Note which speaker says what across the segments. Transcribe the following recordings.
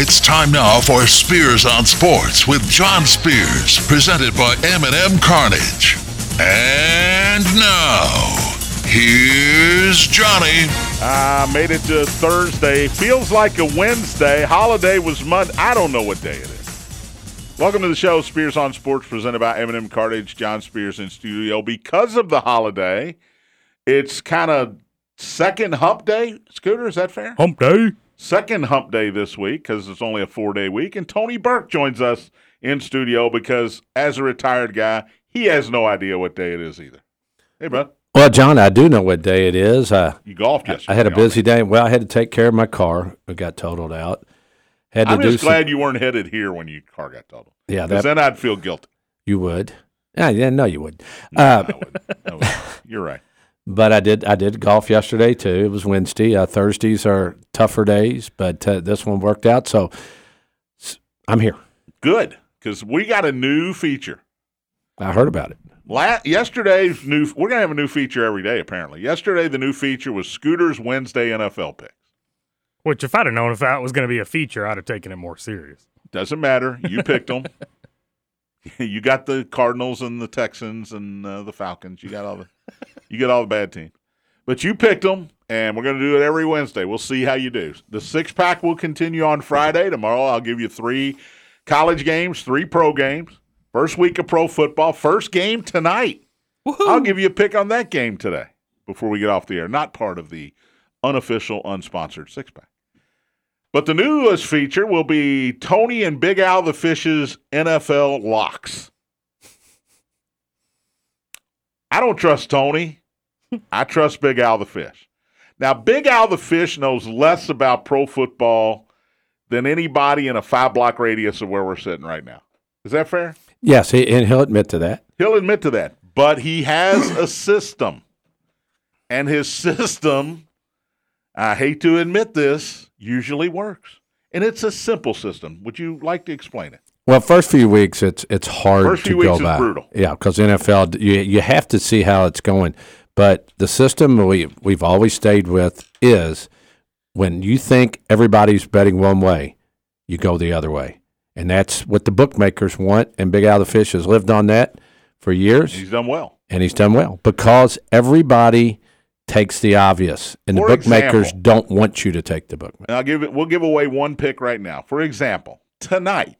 Speaker 1: It's time now for Spears on Sports with John Spears, presented by M&M Carnage. And now, here's Johnny.
Speaker 2: I made it to Thursday. Feels like a Wednesday. Holiday was Monday. I don't know what day it is. Welcome to the show, Spears on Sports, presented by Eminem Cartage. John Spears in studio. Because of the holiday, it's kind of second hump day. Scooter, is that fair?
Speaker 3: Hump day.
Speaker 2: second hump day this week because it's only a four day week. And Tony Burke joins us in studio because, as a retired guy, he has no idea what day it is either. Hey, bro,
Speaker 3: Well, John, I do know what day it is. I,
Speaker 2: you golfed yesterday.
Speaker 3: I had a
Speaker 2: obviously.
Speaker 3: busy day. Well, I had to take care of my car. It got totaled out. Had to
Speaker 2: I'm
Speaker 3: do
Speaker 2: just
Speaker 3: some-
Speaker 2: glad you weren't headed here when your car got totaled.
Speaker 3: Yeah,
Speaker 2: Because
Speaker 3: that
Speaker 2: then I'd feel guilty.
Speaker 3: you would. Yeah, yeah, no, you would.
Speaker 2: No,
Speaker 3: uh,
Speaker 2: I wouldn't. I wouldn't. You're right.
Speaker 3: but I did. I did golf yesterday too. It was Wednesday. Uh, Thursdays are tougher days, but uh, this one worked out. So s- I'm here.
Speaker 2: Good. Because we got a new feature.
Speaker 3: I heard about it.
Speaker 2: La- yesterday's new, we're going to have a new feature every day, apparently. Yesterday, the new feature was Scooter's Wednesday NFL pick.
Speaker 4: Which, if I'd have known if that was going to be a feature, I'd have taken it more serious.
Speaker 2: Doesn't matter. You picked them. you got the Cardinals and the Texans and uh, the Falcons. You got all the you get all the bad teams, but you picked them, and we're going to do it every Wednesday. We'll see how you do. The six pack will continue on Friday tomorrow. I'll give you three college games, three pro games. First week of pro football. First game tonight. I'll give you a pick on that game today before we get off the air. Not part of the unofficial, unsponsored six pack. But the newest feature will be Tony and Big Al the Fish's NFL locks. I don't trust Tony. I trust Big Al the Fish. Now, Big Al the Fish knows less about pro football than anybody in a five block radius of where we're sitting right now. Is that fair?
Speaker 3: Yes, he, and he'll admit to that.
Speaker 2: He'll admit to that. But he has a system. And his system, I hate to admit this, usually works. And it's a simple system. Would you like to explain it?
Speaker 3: Well, first few weeks it's it's hard
Speaker 2: First
Speaker 3: to
Speaker 2: few
Speaker 3: go
Speaker 2: weeks is
Speaker 3: by.
Speaker 2: brutal.
Speaker 3: Yeah, because NFL you you have to see how it's going. But the system we we've always stayed with is when you think everybody's betting one way, you go the other way, and that's what the bookmakers want. And Big Al the Fish has lived on that for years,
Speaker 2: He's done well.
Speaker 3: and he's done well because everybody takes the obvious, and
Speaker 2: For
Speaker 3: the bookmakers
Speaker 2: example-
Speaker 3: don't want you to take the bookmaker.
Speaker 2: And I'll give it we'll give away one pick right now. For example, tonight,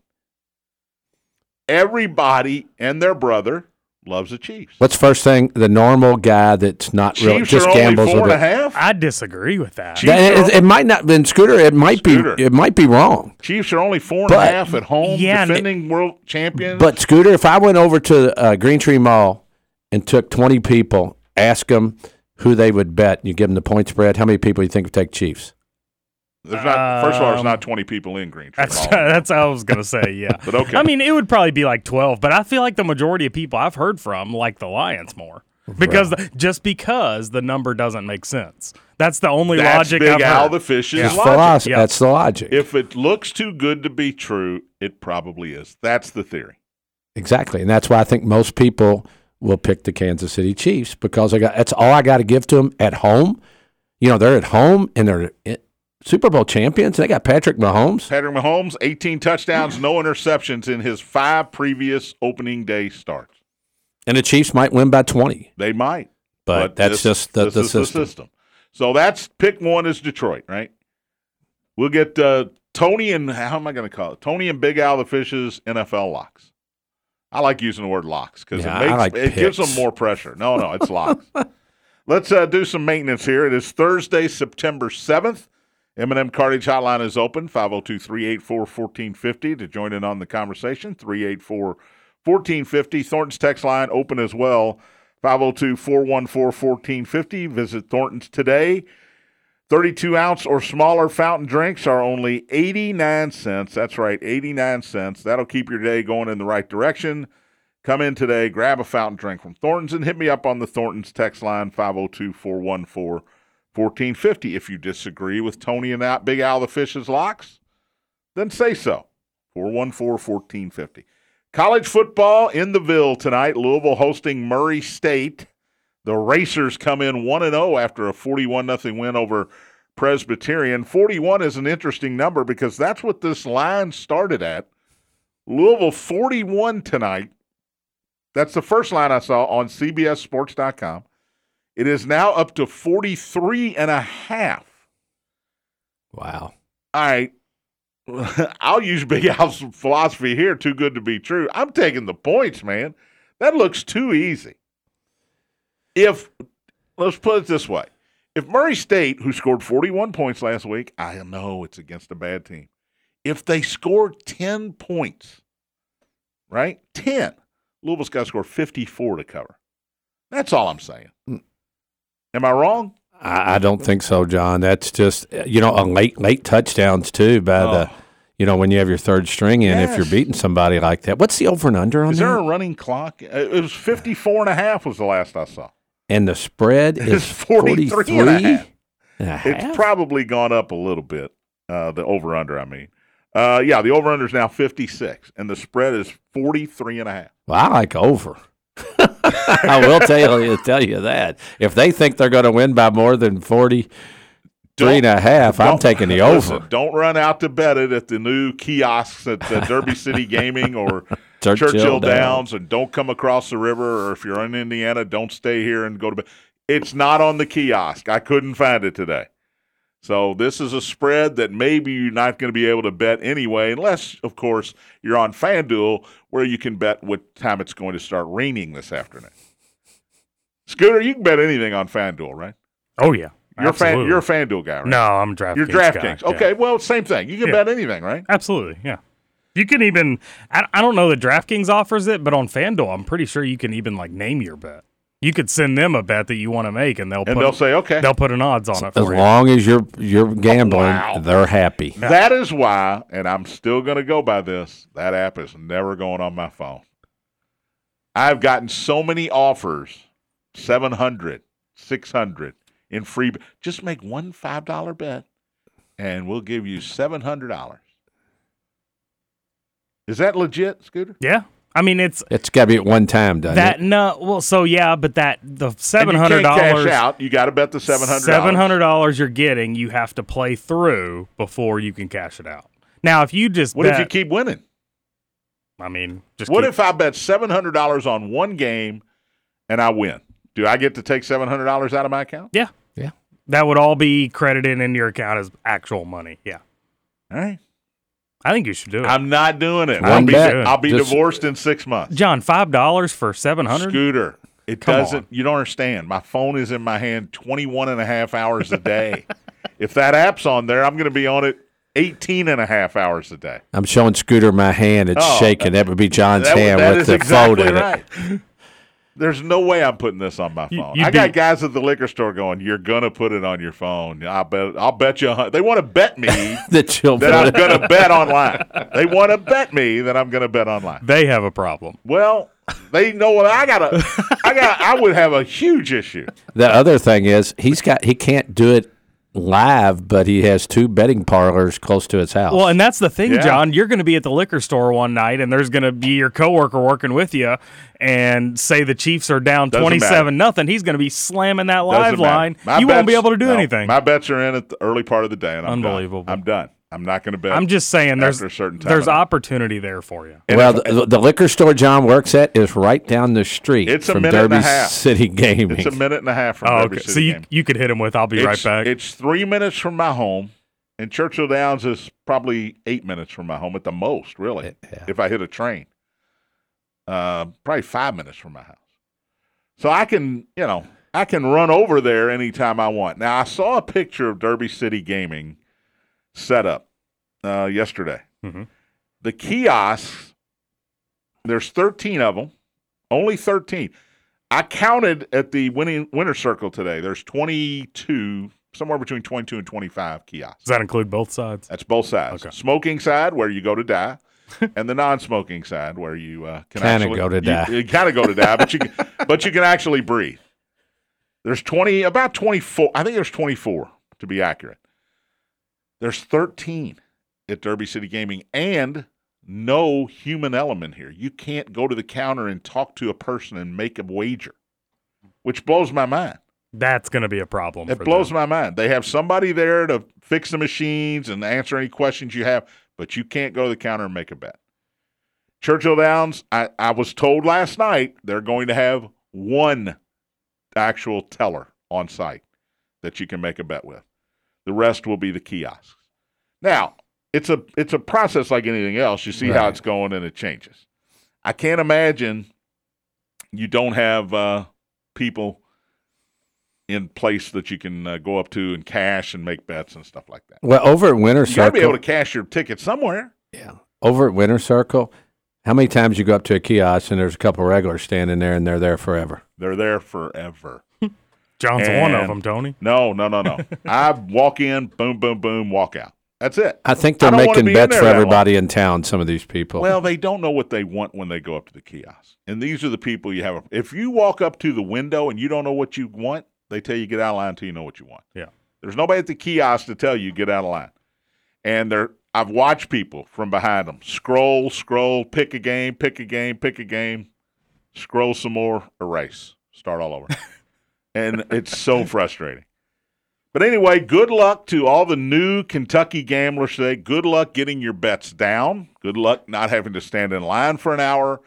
Speaker 2: everybody and their brother loves the Chiefs.
Speaker 3: What's the first thing the normal guy that's not really
Speaker 2: Chiefs
Speaker 3: just
Speaker 2: are only
Speaker 3: gambles
Speaker 2: four
Speaker 3: with
Speaker 2: and
Speaker 3: it?
Speaker 2: a half.
Speaker 4: I disagree with that.
Speaker 2: Chiefs
Speaker 3: That-
Speaker 2: are-
Speaker 3: it, it might not been Scooter. It might
Speaker 2: Scooter.
Speaker 3: be. It might be wrong.
Speaker 2: Chiefs are only four and a half
Speaker 3: But-
Speaker 2: at home,
Speaker 4: Yeah, and-
Speaker 2: defending world champions.
Speaker 3: But Scooter, if I went over to uh, Green Tree Mall and took twenty people, ask them who they would bet, and you give them the point spread, how many people you think would take Chiefs?
Speaker 2: There's not. First of all, there's
Speaker 4: Um,
Speaker 2: not 20 people in Green Tree.
Speaker 4: That's
Speaker 2: Hall.
Speaker 4: that's how I was going to say. Yeah.
Speaker 2: But okay.
Speaker 4: I mean, it would probably be like twelve, but I feel like the majority of people I've heard from like the Lions more because just because the number doesn't make sense. That's the only
Speaker 2: That's
Speaker 4: logic
Speaker 2: Big
Speaker 4: I've
Speaker 2: Al
Speaker 4: heard.
Speaker 2: the Fish's
Speaker 3: It's
Speaker 2: logic.
Speaker 3: philosophy.
Speaker 4: yeah.
Speaker 3: That's the logic.
Speaker 2: If it looks too good to be true, it probably is. That's the theory.
Speaker 3: exactly, and that's why I think most people will pick the Kansas City Chiefs because I got. That's all I got to give to them at home. You know, they're at home and they're i- Super Bowl champions. And they got Patrick Mahomes.
Speaker 2: Patrick Mahomes, 18 touchdowns, no interceptions in his five previous opening day starts.
Speaker 3: And the Chiefs might win by 20,
Speaker 2: They might,
Speaker 3: but, that's
Speaker 2: this-
Speaker 3: just the,
Speaker 2: this
Speaker 3: the
Speaker 2: is
Speaker 3: system.
Speaker 2: the system. So that's pick one is Detroit, right? We'll get uh, Tony and how am I going to call it? Tony and Big Al the Fish's NFL locks. I like using the word locks because
Speaker 3: Yeah, I
Speaker 2: it makes
Speaker 3: like
Speaker 2: it gives them
Speaker 3: picks.
Speaker 2: more pressure. No, no, it's locks. Let's uh, do some maintenance here. It is Thursday, September 7th. M&M Cartage Hotline is open, 502-384-1450 to join in on the conversation, 384-1450. Thornton's text line open as well, 502-414-1450. Visit Thornton's today. 32-ounce or smaller fountain drinks are only 89 cents. That's right, 89 cents. That'll keep your day going in the right direction. Come in today, grab a fountain drink from Thornton's, and hit me up on the Thornton's text line 502 414 1450. If you disagree with Tony and that Big Al the Fish's locks, then say so 414 1450. College football in the Ville tonight. Louisville hosting Murray oh State. The Racers come in 1 0 after a 41 0 win over Presbyterian. 41 is an interesting number because that's what this line started at. Louisville 41 tonight. That's the first line I saw on CBSSports.com. It is now up to 43 and a half.
Speaker 3: Wow.
Speaker 2: All right. I'll use Big Al's philosophy here. Too good to be true. I'm taking the points, man. That looks too easy. If, let's put it this way if Murray State, who scored 41 points last week, I know it's against a bad team. If they score 10 points, right? 10, Louisville's got to score 54 to cover. That's all I'm saying. Am I wrong?
Speaker 3: I, I don't think so, John. That's just you know a late late touchdowns too by the
Speaker 2: Oh.
Speaker 3: you know when you have your third string in if
Speaker 2: Yes.
Speaker 3: you're beating somebody like that. What's the over and under on
Speaker 2: Is
Speaker 3: that?
Speaker 2: there a running clock? Uh, It was 54 and a half was the last I saw.
Speaker 3: and the spread is
Speaker 2: It's 43
Speaker 3: 43
Speaker 2: and a half.
Speaker 3: and a half?
Speaker 2: It's probably gone up a little bit. Uh, the over under, I mean. Uh, yeah, the over under is now 56, and the spread is 43 and a half.
Speaker 3: well, I like over. I will tell you tell you that if they think they're going to win by more than 43 and a half, I'm
Speaker 2: Don't-
Speaker 3: taking the
Speaker 2: listen,
Speaker 3: over.
Speaker 2: don't run out to bet it at the new kiosks at the Derby City Gaming or Churchill, Downs, and don't come across the river. Or if you're in Indiana, don't stay here and go to bed. It's not on the kiosk. I couldn't find it today. So this is a spread that maybe you're not going to be able to bet anyway, unless, of course, you're on FanDuel where you can bet what time it's going to start raining this afternoon. Scooter, you can bet anything on FanDuel, right?
Speaker 4: Oh yeah,
Speaker 2: You're a fan,
Speaker 4: Absolutely.
Speaker 2: you're a FanDuel guy, right?
Speaker 4: no, I'm DraftKings.
Speaker 2: You're DraftKings.
Speaker 4: guy, yeah.
Speaker 2: Okay, well, same thing. You can
Speaker 4: Yeah.
Speaker 2: bet anything, right?
Speaker 4: Absolutely, yeah. You can even I, I don't know that DraftKings offers it, but on FanDuel, I'm pretty sure you can even like name your bet. You could send them a bet that you want to make, and they'll
Speaker 2: And
Speaker 4: put,
Speaker 2: they'll say, okay.
Speaker 4: they'll put an odds on it
Speaker 3: As
Speaker 4: for you.
Speaker 3: long as you're you're gambling,
Speaker 2: Wow.
Speaker 3: they're happy.
Speaker 2: That is why, and I'm still going to go by this, that app is never going on my phone. I've gotten so many offers 700, 600 in free. Just make one $5 bet, and we'll give you $700. Is that legit, Scooter?
Speaker 4: Yeah, I mean it's
Speaker 3: It's got to be at one time, doesn't
Speaker 4: that
Speaker 3: it?
Speaker 4: no. Well, so yeah, but that the
Speaker 2: And
Speaker 4: seven hundred
Speaker 2: You can't cash
Speaker 4: dollars.
Speaker 2: out. You got to bet the $700.
Speaker 4: Seven hundred dollars you're getting, you have to play through before you can cash it out. Now, if you just
Speaker 2: What
Speaker 4: bet,
Speaker 2: if you keep winning?
Speaker 4: I mean, just
Speaker 2: What
Speaker 4: keep-
Speaker 2: if I bet seven hundred dollars on one game and I win? Do I get to take seven hundred dollars out of my account?
Speaker 4: yeah,
Speaker 3: Yeah.
Speaker 4: that would all be credited into your account as actual money. Yeah,
Speaker 2: All right.
Speaker 4: I think you should do it.
Speaker 2: I'm not doing it.
Speaker 3: One
Speaker 2: I'll be
Speaker 3: bet.
Speaker 2: I'll be
Speaker 3: Just-
Speaker 2: divorced in six months.
Speaker 4: John, five dollars for seven hundred.
Speaker 2: Scooter. It
Speaker 4: Come
Speaker 2: doesn't
Speaker 4: on.
Speaker 2: you don't understand. My phone is in my hand 21 and a half hours a day. if that app's on there, I'm gonna be on it 18 and a half hours a day.
Speaker 3: I'm showing Scooter my hand. It's
Speaker 2: Oh,
Speaker 3: shaking. That would be John's
Speaker 2: That,
Speaker 3: hand
Speaker 2: that
Speaker 3: with
Speaker 2: is
Speaker 3: the
Speaker 2: exactly
Speaker 3: fold in it.
Speaker 2: right. There's no way I'm putting this on my
Speaker 4: You-
Speaker 2: phone.
Speaker 4: you'd
Speaker 2: I got
Speaker 4: be-
Speaker 2: guys at the liquor store going, "You're gonna put it on your phone." I bet. I'll bet you. A hun- they want to bet me that
Speaker 3: The chill.
Speaker 2: I'm gonna bet online. They want to bet me that I'm gonna bet online.
Speaker 4: They have a problem.
Speaker 2: Well, they know what I got. to I got. I would have a huge issue.
Speaker 3: The other thing is he's got he can't do it live, but he has two betting parlors close to his house.
Speaker 4: Well, and that's the thing,
Speaker 2: Yeah.
Speaker 4: John. You're going to be at the liquor store one night, and there's going to be your coworker working with you, and say the Chiefs are down
Speaker 2: Doesn't matter.
Speaker 4: twenty-seven nothing. He's going to be slamming that live
Speaker 2: Doesn't matter.
Speaker 4: line.
Speaker 2: My
Speaker 4: you won't be
Speaker 2: bets-
Speaker 4: able to do
Speaker 2: no,
Speaker 4: anything.
Speaker 2: My bets are in at the early part of the day, and I'm done.
Speaker 4: Unbelievable.
Speaker 2: I'm done. I'm not gonna bet.
Speaker 4: I'm just saying, there's
Speaker 2: after a certain time
Speaker 4: there's
Speaker 2: of night.
Speaker 4: opportunity there for you.
Speaker 3: Well, the, the liquor store John works at is right down the street
Speaker 2: It's a
Speaker 3: from
Speaker 2: minute and
Speaker 3: Derby
Speaker 2: a half.
Speaker 3: City Gaming.
Speaker 2: It's a minute and a half from
Speaker 4: Oh,
Speaker 2: every
Speaker 4: okay.
Speaker 2: city
Speaker 4: So you
Speaker 2: game.
Speaker 4: you could hit him with, "I'll be right
Speaker 2: it's,
Speaker 4: back."
Speaker 2: It's three minutes from my home, and Churchill Downs is probably eight minutes from my home at the most, really,
Speaker 3: Yeah.
Speaker 2: if I hit a train. Uh, probably five minutes from my house. So I can, you know, I can run over there anytime I want. Now, I saw a picture of Derby City Gaming set up uh, yesterday.
Speaker 4: Mhm.
Speaker 2: The kiosks, there's 13 of them, only 13. I counted at the winning winner circle today. There's 22, somewhere between 22 and 25 kiosks.
Speaker 4: Does that include both sides?
Speaker 2: That's both sides.
Speaker 4: Okay.
Speaker 2: Smoking side where you go to die, and the non-smoking side where you uh, can
Speaker 3: Kinda
Speaker 2: actually
Speaker 3: go to
Speaker 2: you-
Speaker 3: die.
Speaker 2: You, kind of go to die, but you can- but you can actually breathe. There's 20, about 24. I think there's 24 to be accurate. There's 13 at Derby City Gaming, and no human element here. You can't go to the counter and talk to a person and make a wager, which blows my mind.
Speaker 4: That's going to be a problem.
Speaker 2: It
Speaker 4: for
Speaker 2: blows
Speaker 4: them.
Speaker 2: my mind. They have somebody there to fix the machines and answer any questions you have, but you can't go to the counter and make a bet. Churchill Downs, I, I was told last night they're going to have one actual teller on site that you can make a bet with. The rest will be the kiosks. Now, it's a it's a process like anything else. You see how
Speaker 3: Right.
Speaker 2: it's going and it changes. I can't imagine you don't have uh, people in place that you can uh, go up to and cash and make bets and stuff like that.
Speaker 3: Well, over at Winter
Speaker 2: You got to be
Speaker 3: Circle,
Speaker 2: able to cash your ticket somewhere.
Speaker 3: yeah, over at Winter Circle, how many times you go up to a kiosk and there's a couple regulars standing there and they're there forever?
Speaker 2: They're there forever.
Speaker 4: John's one of
Speaker 2: And-
Speaker 4: them, Tony.
Speaker 2: No, no, no, no. I walk in, boom, boom, boom, walk out. That's it.
Speaker 3: I think they're
Speaker 2: I don't wanna
Speaker 3: making
Speaker 2: be in
Speaker 3: bets
Speaker 2: there
Speaker 3: for
Speaker 2: that long.
Speaker 3: everybody in town. Some of these people.
Speaker 2: Well, they don't know what they want when they go up to the kiosk. And these are the people you have. a- If you walk up to the window and you don't know what you want, they tell you get out of line until you know what you want.
Speaker 4: Yeah.
Speaker 2: There's nobody at the kiosk to tell you get out of line. And they're I've watched people from behind them scroll, scroll, pick a game, pick a game, pick a game, scroll some more, erase, start all over. and it's so frustrating. But anyway, good luck to all the new Kentucky gamblers today. Good luck getting your bets down. Good luck not having to stand in line for an hour.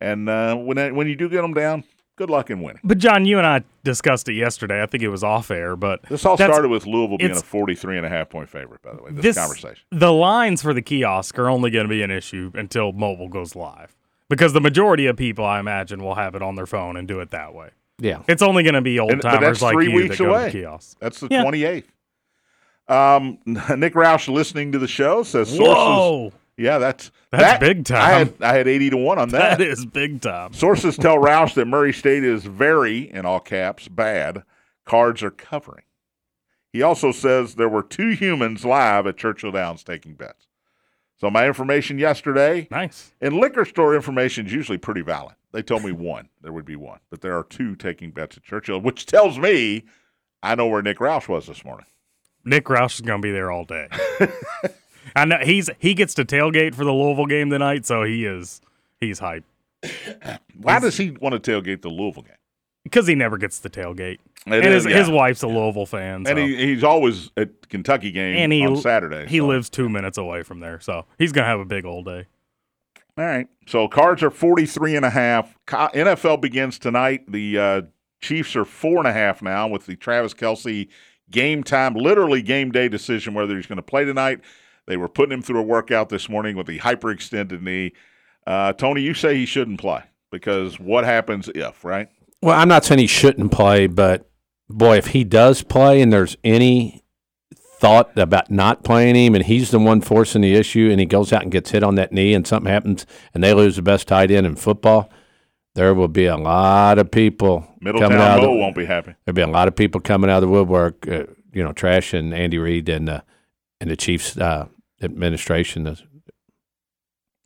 Speaker 2: And uh, when when you do get them down, good luck in winning.
Speaker 4: But John, you and I discussed it yesterday. I think it was off air, but
Speaker 2: This all
Speaker 4: that's-
Speaker 2: started with Louisville being a
Speaker 4: it's-
Speaker 2: 43 and a half point favorite, by the way, this, conversation.
Speaker 4: The lines for the kiosk are only going to be an issue until mobile goes live because the majority of people, I imagine, will have it on their phone and do it that way.
Speaker 3: yeah.
Speaker 4: It's only going to be old
Speaker 2: And- but that's
Speaker 4: timers like
Speaker 2: three
Speaker 4: you
Speaker 2: weeks
Speaker 4: that go
Speaker 2: away.
Speaker 4: to the kiosk.
Speaker 2: That's the
Speaker 4: Yeah.
Speaker 2: 28th. Um, Nick Roush listening to the show says sources.
Speaker 4: Whoa,
Speaker 2: Yeah, that's
Speaker 4: That's
Speaker 2: that-
Speaker 4: big time.
Speaker 2: I had, I had 80 to 1 on
Speaker 4: that is big time.
Speaker 2: Sources tell Roush that Murray State is very, in all caps, bad. Cards are covering. He also says there were two humans live at Churchill Downs taking bets. So my information yesterday
Speaker 4: Nice.
Speaker 2: and liquor store information is usually pretty valid. They told me one, there would be one, but there are two taking bets at Churchill, which tells me I know where Nick Roush was this morning.
Speaker 4: Nick Roush is going to be there all day. I know he's he gets to tailgate for the Louisville game tonight, so he is he's hyped
Speaker 2: Why does he want to tailgate the Louisville game?
Speaker 4: because he never gets to tailgate.
Speaker 2: It
Speaker 4: and
Speaker 2: is-
Speaker 4: his, his
Speaker 2: yeah.
Speaker 4: wife's a Louisville fan, so.
Speaker 2: and he, he's always at Kentucky game
Speaker 4: And he-
Speaker 2: on Saturday.
Speaker 4: He
Speaker 2: so-
Speaker 4: lives two minutes away from there, so he's gonna have a big old day.
Speaker 2: All right. So cards are 43 and a half. Co- NFL begins tonight. The uh, Chiefs are four and a half now with the Travis Kelsey game time, literally game day decision whether he's going to play tonight. They were putting him through a workout this morning with the hyperextended knee. Uh, Tony, you say he shouldn't play because what happens if, right?
Speaker 3: Well, I'm not saying he shouldn't play, but boy, if he does play and there's any thought about not playing him and he's the one forcing the issue and he goes out and gets hit on that knee and something happens and they lose the best tight end in football, there will be a lot of people coming
Speaker 2: Middletown
Speaker 3: out.
Speaker 2: Bo
Speaker 3: of,
Speaker 2: won't be happy.
Speaker 3: there'll be a lot of people coming out of the woodwork, uh, you know, trashing Andy Reid and uh, and the Chiefs uh, administration.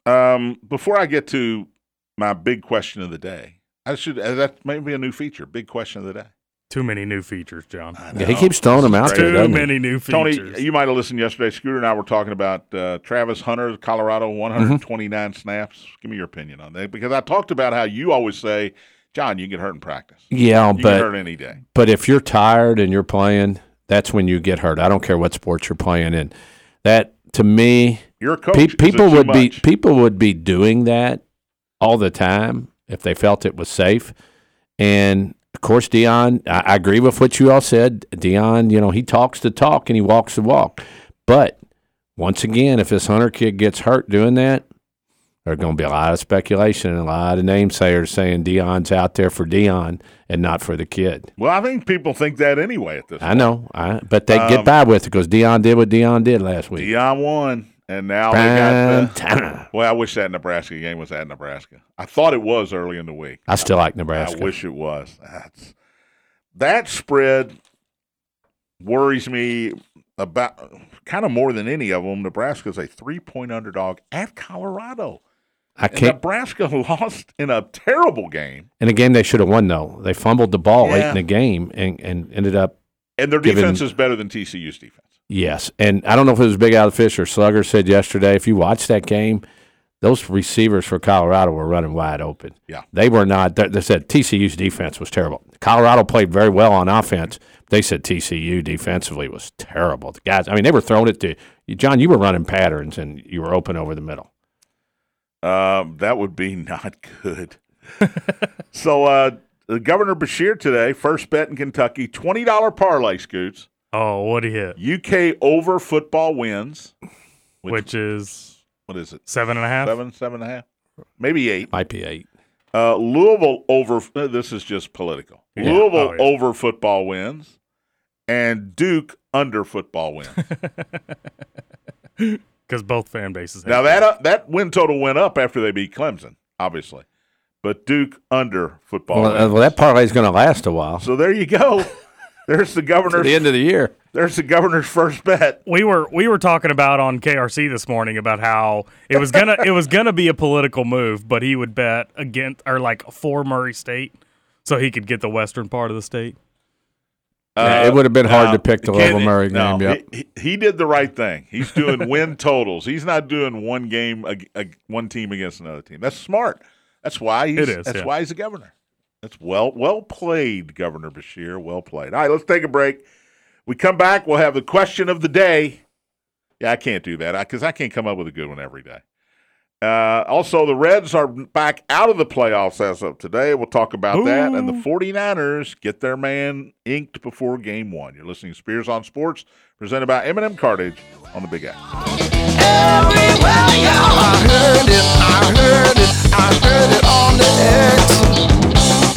Speaker 2: Um, before I get to my big question of the day, I should uh, that may be a new feature. Big question of the day.
Speaker 4: Too many new features, John.
Speaker 2: I
Speaker 3: Yeah, he
Speaker 2: know.
Speaker 3: keeps throwing them out
Speaker 2: This is
Speaker 3: there,
Speaker 4: Too
Speaker 3: doesn't he?
Speaker 4: many new
Speaker 2: Tony,
Speaker 4: features.
Speaker 2: you might have listened yesterday. Scooter and I were talking about uh, Travis Hunter, Colorado,
Speaker 3: Mm-hmm.
Speaker 2: 129 snaps. Give me your opinion on that because I talked about how you always say, John, you can get hurt in practice.
Speaker 3: Yeah,
Speaker 2: You
Speaker 3: but
Speaker 2: get hurt any day.
Speaker 3: But if you're tired and you're playing, that's when you get hurt. I don't care what sports you're playing in. That to me,
Speaker 2: You're a coach.
Speaker 3: pe-
Speaker 2: Is it
Speaker 3: people
Speaker 2: too
Speaker 3: would be
Speaker 2: much?
Speaker 3: people would be doing that all the time if they felt it was safe. And of course, Dion, I, I agree with what you all said. Dion, you know, he talks the talk and he walks the walk. But once again, if this hunter kid gets hurt doing that, there's going to be a lot of speculation and a lot of namesayers saying Dion's out there for Dion and not for the kid.
Speaker 2: Well, I think people think that anyway at this
Speaker 3: I know, I, but they
Speaker 2: Um,
Speaker 3: get by with it because Dion did what Dion did last week.
Speaker 2: Dion won, and now they
Speaker 3: Prime
Speaker 2: got the.
Speaker 3: time.
Speaker 2: Well, I wish that Nebraska game was at Nebraska. I thought it was early in the week.
Speaker 3: I still like
Speaker 2: I
Speaker 3: Nebraska.
Speaker 2: wish it was. That's that spread worries me about kind of more than any of them. Nebraska's a three-point underdog at Colorado.
Speaker 3: I
Speaker 2: And
Speaker 3: can't.
Speaker 2: Nebraska lost in a terrible game,
Speaker 3: In a game they should have won though, they fumbled the ball late
Speaker 2: Yeah.
Speaker 3: in the game and, and ended up
Speaker 2: and their
Speaker 3: Given-
Speaker 2: defense is better than TCU's defense.
Speaker 3: yes. And I don't know if it was Big Al Fish or Slugger said yesterday. If you watch that game, those receivers for Colorado were running wide open.
Speaker 2: Yeah.
Speaker 3: They were not. They, they said TCU's defense was terrible. Colorado played very well on offense. They said TCU defensively was terrible. The guys, I mean, they were throwing it to John. You were running patterns and you were open over the middle.
Speaker 2: Um, that would be not good. so, uh, Governor Bashir today, first bet in Kentucky, $20 parlay scoots,
Speaker 4: Oh, what he hit,
Speaker 2: UK over football wins.
Speaker 4: which, is
Speaker 2: what is it?
Speaker 4: seven and a half.
Speaker 2: Seven, seven and a half, maybe eight.
Speaker 3: Might be eight.
Speaker 2: Uh, Louisville over, uh, this is just political.
Speaker 4: Yeah.
Speaker 2: Louisville
Speaker 4: Oh, yeah.
Speaker 2: over football wins and Duke under football wins.
Speaker 4: because both fan bases.
Speaker 2: Now
Speaker 4: have
Speaker 2: that uh, that win total went up after they beat Clemson, obviously, but Duke under football.
Speaker 3: Well, uh,
Speaker 2: wins.
Speaker 3: well that parlay's going to last a while.
Speaker 2: so there you go. There's the
Speaker 3: To the
Speaker 2: governor's.
Speaker 3: end of the year.
Speaker 2: There's the governor's first bet.
Speaker 4: we were we were talking about on KRC this morning about how it was gonna it was gonna be a political move, but he would bet against or like for Murray State, so he could get the western part of the state.
Speaker 3: Yeah, it would have been hard to pick the
Speaker 2: Ken-
Speaker 3: Louisville Murray
Speaker 2: Uh, no,
Speaker 3: game. Yep.
Speaker 2: he, he- he did the right thing. He's doing win totals. He's not doing one game, ag- ag- one team against another team. That's smart. That's why he's.
Speaker 4: It is,
Speaker 2: that's
Speaker 4: yeah.
Speaker 2: why he's a governor. That's well, well played, Governor Bashir. Well played. All right, let's take a break. We come back. We'll have the question of the day. Yeah, I can't do that because I can't come up with a good one every day. Uh, also, the Reds are back out of the playoffs as of today. We'll talk about that. And the 49ers get their man inked before game one. You're listening to Spears on Sports, presented by Eminem Cartage on the Big X.
Speaker 5: Everywhere you go. I heard it, I heard it, I heard it on the X.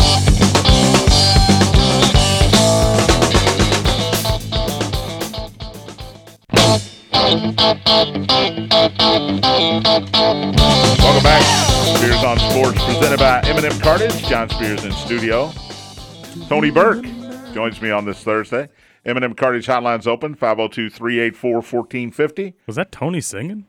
Speaker 2: Welcome back. Spears on Sports, presented by Eminem Cartage. John Spears in studio. Tony Burke joins me on this Thursday. Eminem Cartage hotline's open 502 384 1450.
Speaker 4: Was that Tony singing?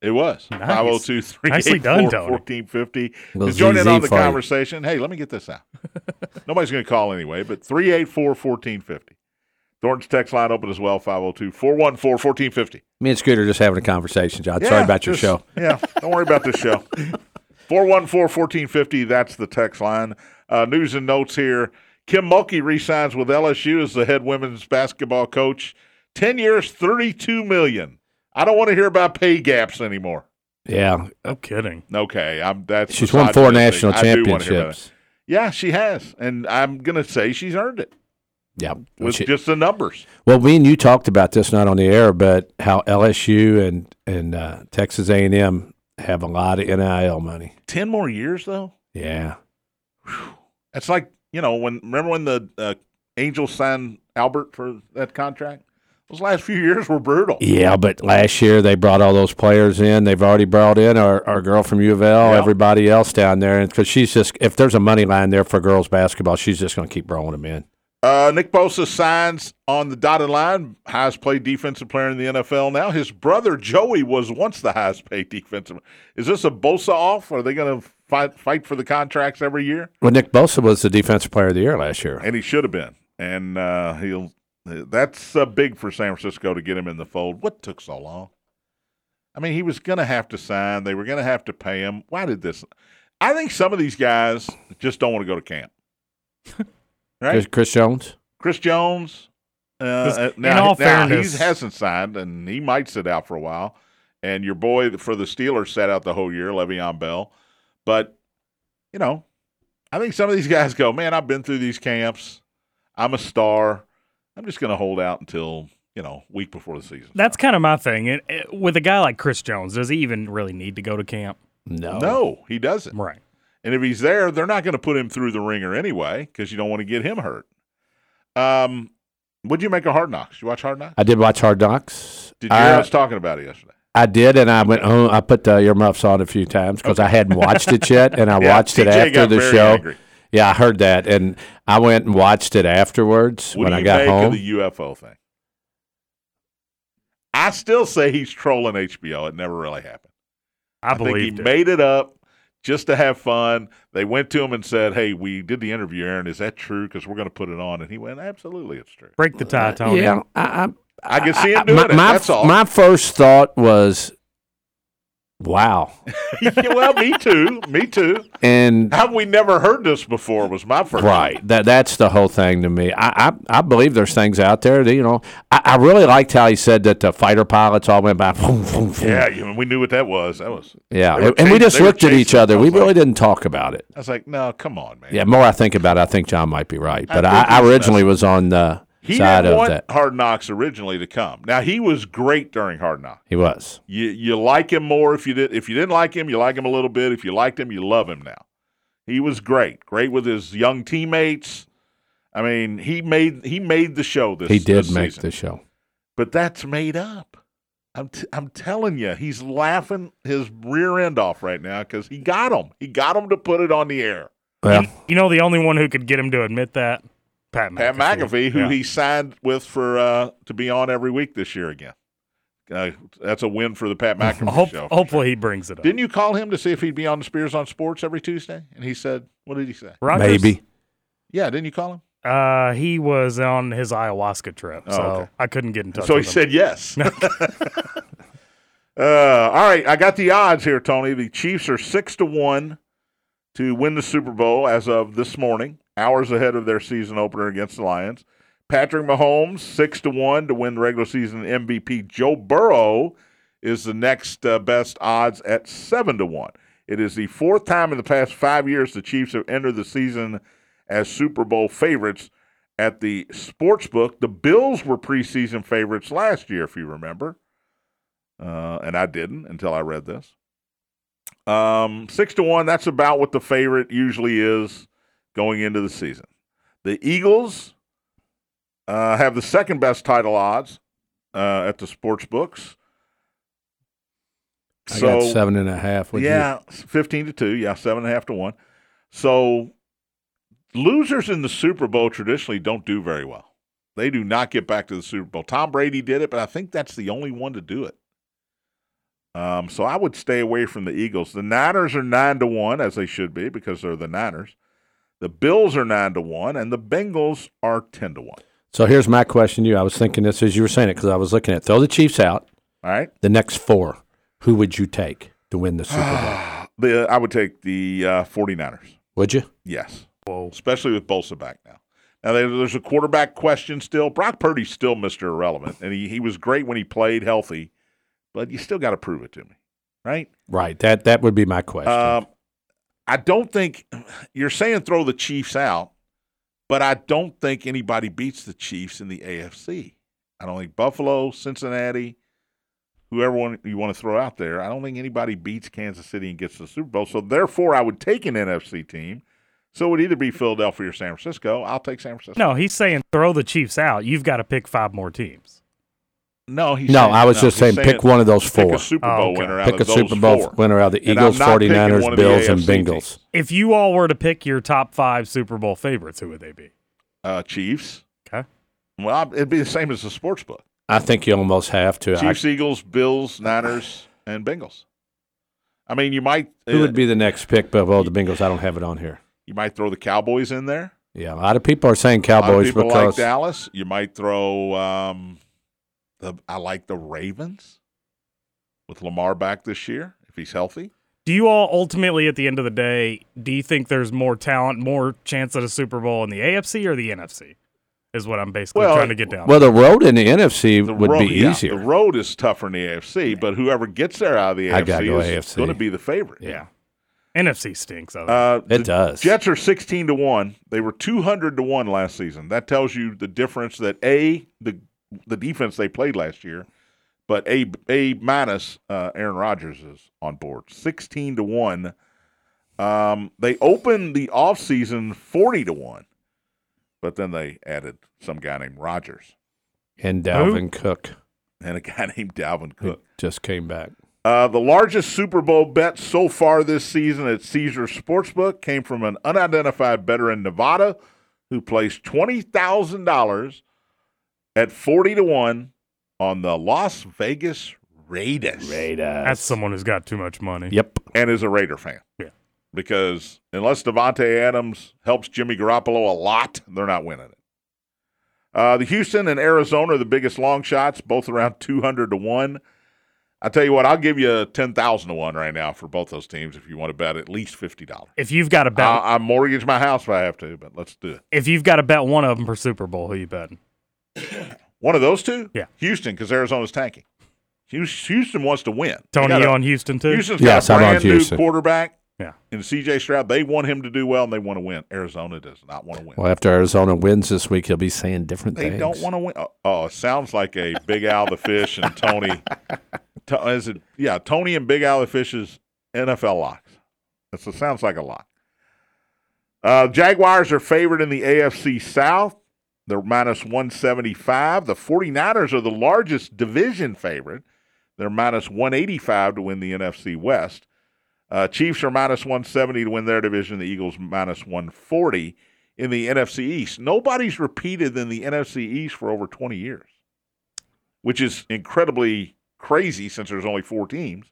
Speaker 2: It was.
Speaker 4: Nice.
Speaker 2: 502
Speaker 4: Nicely done, Tony.
Speaker 2: 1450.
Speaker 3: Little
Speaker 2: To join in
Speaker 3: ZZ
Speaker 2: on the
Speaker 3: fight.
Speaker 2: conversation, hey, let me get this out. Nobody's going to call anyway, but 384 1450. Thornton's text line open as well, 502 414 1450.
Speaker 3: Me and Scooter just having a conversation, John. Sorry about your show.
Speaker 2: Yeah, don't worry about this show. 414 1450, that's the text line. Uh, news and notes here Kim Mulkey resigns with LSU as the head women's basketball coach. 10 years, 32 million. I don't want to hear about pay gaps anymore.
Speaker 3: Yeah,
Speaker 4: No kidding.
Speaker 2: Okay, I'm that's
Speaker 3: she's won four
Speaker 2: misogynistic.
Speaker 3: national
Speaker 2: I do wanna hear about
Speaker 3: championships.
Speaker 2: it. Yeah, she has, and I'm gonna say she's earned it
Speaker 3: Yeah.
Speaker 2: with
Speaker 3: She-
Speaker 2: just the numbers.
Speaker 3: Well, me and you talked about this not on the air, but how LSU and and uh, Texas A and M have a lot of NIL money.
Speaker 2: Ten more years though.
Speaker 3: Yeah,
Speaker 2: That's like you know when remember when the uh, Angels signed Albert for that contract. Those last few years were brutal.
Speaker 3: yeah. But last year they brought all those players in. They've already brought in our, our girl from U of L,
Speaker 2: Yeah.
Speaker 3: everybody else down there, and because she's just if there's a money line there for girls basketball, she's just going to keep rolling them in.
Speaker 2: Uh, Nick Bosa signs on the dotted line, highest paid defensive player in the NFL now. His brother Joey was once the highest paid defensive. Is this a Bosa off? Are they going to fight fight for the contracts every year?
Speaker 3: Well, Nick Bosa was the defensive player of the year last year.
Speaker 2: and he should have been. And uh, he'll that's uh, big for San Francisco to get him in the fold. What took so long? I mean, he was going to have to sign. They were going to have to pay him. Why did this? I think some of these guys just don't want to go to camp. right?
Speaker 3: Chris, Chris Jones.
Speaker 2: Chris Jones.
Speaker 4: Just
Speaker 2: Uh,
Speaker 4: in
Speaker 2: now,
Speaker 4: all
Speaker 2: now he
Speaker 4: fairness-
Speaker 2: hasn't signed, and he might sit out for a while. And your boy for the Steelers sat out the whole year, Le'Veon Bell. But you know, I think some of these guys go, man, I've been through these camps. I'm a star. I'm just going to hold out until you know week before the season.
Speaker 4: That's kind of my thing. It, it- with a guy like Chris Jones, does he even really need to go to camp?
Speaker 3: No.
Speaker 2: No, he doesn't.
Speaker 4: Right.
Speaker 2: And if he's there, they're not going to put him through the ringer anyway because you don't want to get him hurt. Um, would you make a Hard Knocks? You watch Hard Knocks?
Speaker 3: I did watch Hard Knocks.
Speaker 2: Did you hear
Speaker 3: I-
Speaker 2: us talking about it yesterday?
Speaker 3: I did, and I went home. I put the earmuffs on a few times because I hadn't watched it yet, and I
Speaker 2: Yeah,
Speaker 3: watched it
Speaker 2: TJ
Speaker 3: after
Speaker 2: got
Speaker 3: the
Speaker 2: very
Speaker 3: show.
Speaker 2: angry.
Speaker 3: Yeah, I heard that, and I went and watched it afterwards
Speaker 2: What
Speaker 3: when
Speaker 2: do
Speaker 3: I
Speaker 2: you
Speaker 3: got
Speaker 2: make
Speaker 3: home.
Speaker 2: of the UFO thing? I still say he's trolling HBO. It never really happened.
Speaker 4: I,
Speaker 2: think he
Speaker 4: believed it.
Speaker 2: made it up just to have fun. They went to him and said, "Hey, we did the interview, Aaron. Is that true? Because we're going to put it on." And he went, "Absolutely, it's true."
Speaker 4: Break the tie, Tony.
Speaker 3: yeah, I, I,
Speaker 2: I can see
Speaker 3: I-
Speaker 2: him doing
Speaker 3: my,
Speaker 2: it.
Speaker 3: My,
Speaker 2: That's all.
Speaker 3: my first thought was Wow.
Speaker 2: Yeah, well, me too. Me too.
Speaker 3: And
Speaker 2: Have we never heard this before? Was my first
Speaker 3: right, that that's the whole thing to me. I I, I believe there's things out there. That, you know, I, I really liked how he said that the fighter pilots all went by.
Speaker 2: Yeah, you know, we knew what that was. That was.
Speaker 3: Yeah,
Speaker 2: They were
Speaker 3: and
Speaker 2: chasing-
Speaker 3: we just
Speaker 2: they were
Speaker 3: looked at each
Speaker 2: chasing.
Speaker 3: other.
Speaker 2: I
Speaker 3: We
Speaker 2: was
Speaker 3: really
Speaker 2: like-
Speaker 3: didn't talk about it.
Speaker 2: I was like, no, come on, man.
Speaker 3: Yeah, more I think about it, I think John might be right. But I,
Speaker 2: think
Speaker 3: I,
Speaker 2: he's
Speaker 3: originally was on the
Speaker 2: He
Speaker 3: side
Speaker 2: didn't
Speaker 3: of
Speaker 2: want
Speaker 3: that.
Speaker 2: Hard Knocks originally to come. Now he was great during Hard Knocks.
Speaker 3: He was.
Speaker 2: You you like him more if you did if you didn't like him, you like him a little bit. If you liked him, you love him now. He was great, great with his young teammates. I mean, he made he made the show this.
Speaker 3: He did
Speaker 2: this
Speaker 3: make
Speaker 2: season.
Speaker 3: the show.
Speaker 2: but that's made up. I'm t- I'm telling you, he's laughing his rear end off right now because he got him. He got him to put it on the air.
Speaker 3: Well,
Speaker 4: You know, the only one who could get him to admit that, Pat McAfee.
Speaker 2: Pat McAfee, who
Speaker 4: Yeah.
Speaker 2: he signed with for uh, to be on every week this year again. Uh, that's a win for the Pat McAfee
Speaker 4: Hope,
Speaker 2: show.
Speaker 4: hopefully he brings it up.
Speaker 2: Didn't you call him to see if he'd be on the Spears on Sports every Tuesday? And he said, "What did he say?"
Speaker 4: Rogers,
Speaker 3: maybe.
Speaker 2: Yeah, didn't you call him?
Speaker 4: Uh, he was on his ayahuasca trip,
Speaker 2: Oh,
Speaker 4: so
Speaker 2: okay.
Speaker 4: I couldn't get in touch.
Speaker 2: So he
Speaker 4: with him.
Speaker 2: said yes. uh, all right, I got the odds here, Tony. The Chiefs are six to one to win the Super Bowl as of this morning, hours ahead of their season opener against the Lions. Patrick Mahomes six to one to win the regular season MVP. Joe Burrow is the next uh, best odds at seven to one. It is the fourth time in the past five years the Chiefs have entered the season as Super Bowl favorites at the sports book. The Bills were preseason favorites last year, if you remember, uh, and I didn't until I read this. Um, six to one. That's about what the favorite usually is going into the season. The Eagles uh, have the second best title odds uh, at the sports books.
Speaker 3: I got seven and a half. Would
Speaker 2: Yeah, fifteen to two. Yeah, seven and a half to one. So losers in the Super Bowl traditionally don't do very well. They do not get back to the Super Bowl. Tom Brady did it, but I think that's the only one to do it. Um, so I would stay away from the Eagles. The Niners are nine to one, as they should be, because they're the Niners. The Bills are nine to one, and the Bengals are ten to one.
Speaker 3: So here's my question to you. I was thinking this as you were saying it because I was looking at throw the Chiefs out.
Speaker 2: All right.
Speaker 3: The next four, who would you take to win the Super Bowl?
Speaker 2: The I would take the uh, 49ers.
Speaker 3: Would you?
Speaker 2: Yes.
Speaker 4: Whoa.
Speaker 2: especially with Bosa back now. Now there- there's a quarterback question still. Brock Purdy's still Mr. Irrelevant, and he, he was great when he played healthy, but you still got to prove it to me, right?
Speaker 3: Right. That that would be my question.
Speaker 2: Um, I don't think you're saying throw the Chiefs out, but I don't think anybody beats the Chiefs in the AFC. I don't think Buffalo, Cincinnati, whoever one you want to throw out there, I don't think anybody beats Kansas City and gets to the Super Bowl. So therefore, I would take an NFC team. So it would either be Philadelphia or San Francisco. I'll take San Francisco.
Speaker 4: No, he's saying throw the Chiefs out. You've got to pick five more teams.
Speaker 2: no, he's
Speaker 3: no,
Speaker 2: saying-
Speaker 3: I was just
Speaker 2: he's
Speaker 3: saying pick one of those
Speaker 2: pick
Speaker 3: four.
Speaker 2: a Super
Speaker 4: Oh,
Speaker 2: Bowl
Speaker 4: okay.
Speaker 2: winner out
Speaker 3: Pick
Speaker 2: of
Speaker 3: a
Speaker 2: those
Speaker 3: Super Bowl
Speaker 2: four.
Speaker 3: winner out of the
Speaker 2: And I'm
Speaker 3: Eagles,
Speaker 2: not picking
Speaker 3: 49ers,
Speaker 2: one of the
Speaker 3: Bills, and
Speaker 2: AFC
Speaker 3: Bengals.
Speaker 2: teams.
Speaker 4: If you all were to pick your top five Super Bowl favorites, who would they be?
Speaker 2: Uh, Chiefs.
Speaker 4: Okay.
Speaker 2: Well, I- it'd be the same as the sports book.
Speaker 3: I think you almost have to. I-
Speaker 2: Chiefs, Eagles, Bills, Niners, and Bengals. I mean, you might
Speaker 3: who
Speaker 2: uh,
Speaker 3: would be the next pick? But well, the Bengals. I don't have it on here.
Speaker 2: you might throw the Cowboys in there.
Speaker 3: Yeah, a lot of people are saying
Speaker 2: A lot of
Speaker 3: Cowboys
Speaker 2: people like
Speaker 3: because
Speaker 2: Dallas. You might throw. Um, the, I like the Ravens with Lamar back this year if he's healthy.
Speaker 4: Do you all ultimately, at the end of the day, do you think there's more talent, more chance at a Super Bowl in the AFC or the NFC? Is what I'm basically
Speaker 2: Well,
Speaker 4: trying to get down.
Speaker 3: well, the road in the NFC
Speaker 2: The
Speaker 3: would
Speaker 2: road,
Speaker 3: be
Speaker 2: yeah,
Speaker 3: easier.
Speaker 2: The road is tougher in the AFC, but whoever gets there out of the
Speaker 3: I gotta
Speaker 2: AFC
Speaker 3: go
Speaker 2: is
Speaker 3: AFC.
Speaker 2: going to be the favorite.
Speaker 3: yeah,
Speaker 4: NFC stinks. I think.
Speaker 2: Uh,
Speaker 3: it
Speaker 2: the
Speaker 3: does.
Speaker 2: Jets are 16 to 1. They were 200 to 1 last season. That tells you the difference that A, the the defense they played last year, but A A minus uh, Aaron Rodgers is on board. 16 to 1. Um, they opened the offseason 40 to 1. But then they added some guy named Rodgers
Speaker 3: and Dalvin Cook
Speaker 2: and a guy named Dalvin
Speaker 3: who
Speaker 2: Cook.
Speaker 3: just came back.
Speaker 2: Uh, the largest Super Bowl bet so far this season at Caesars Sportsbook came from an unidentified bettor in Nevada who placed $20,000 at 40 to 1 on the Las Vegas Raiders.
Speaker 4: That's someone who's got too much money.
Speaker 3: Yep.
Speaker 2: And is a Raider fan.
Speaker 4: Yeah.
Speaker 2: Because unless Devontae Adams helps Jimmy Garoppolo a lot, they're not winning it. Uh, the Houston and Arizona are the biggest long shots, both around 200 to 1. I tell you what, I'll give you ten thousand to one right now for both those teams if you want to bet at least fifty dollars.
Speaker 4: If you've got to bet,
Speaker 2: I mortgage my house if I have to, but let's do it.
Speaker 4: if you've got to bet one of them for Super Bowl, who you betting?
Speaker 2: One of those two?
Speaker 4: Yeah.
Speaker 2: Houston, because Arizona's tanking. Hous- Houston wants to win. They
Speaker 4: Tony,
Speaker 2: got
Speaker 4: you
Speaker 2: a-
Speaker 4: on Houston too?
Speaker 2: Houston's
Speaker 3: Yes,
Speaker 2: got
Speaker 3: I'm
Speaker 2: a
Speaker 3: on
Speaker 2: brand new
Speaker 3: Houston.
Speaker 2: quarterback.
Speaker 4: Yeah.
Speaker 2: And CJ Stroud, they want him to do well and they want to win. Arizona does not want to win.
Speaker 3: Well, after Arizona wins this week, he'll be saying different
Speaker 2: they
Speaker 3: things.
Speaker 2: don't want to win. Oh, oh, it sounds like a Big Al the Fish and Tony. to, is it? Yeah, Tony and Big Al the Fish's NFL locks. That's it sounds like a lot. Uh, Jaguars are favored in the AFC South. They're minus 175. The 49ers are the largest division favorite. They're minus 185 to win the NFC West. Uh, Chiefs are minus 170 to win their division. The Eagles minus 140 in the NFC East. Nobody's repeated in the NFC East for over 20 years, which is incredibly crazy since there's only four teams.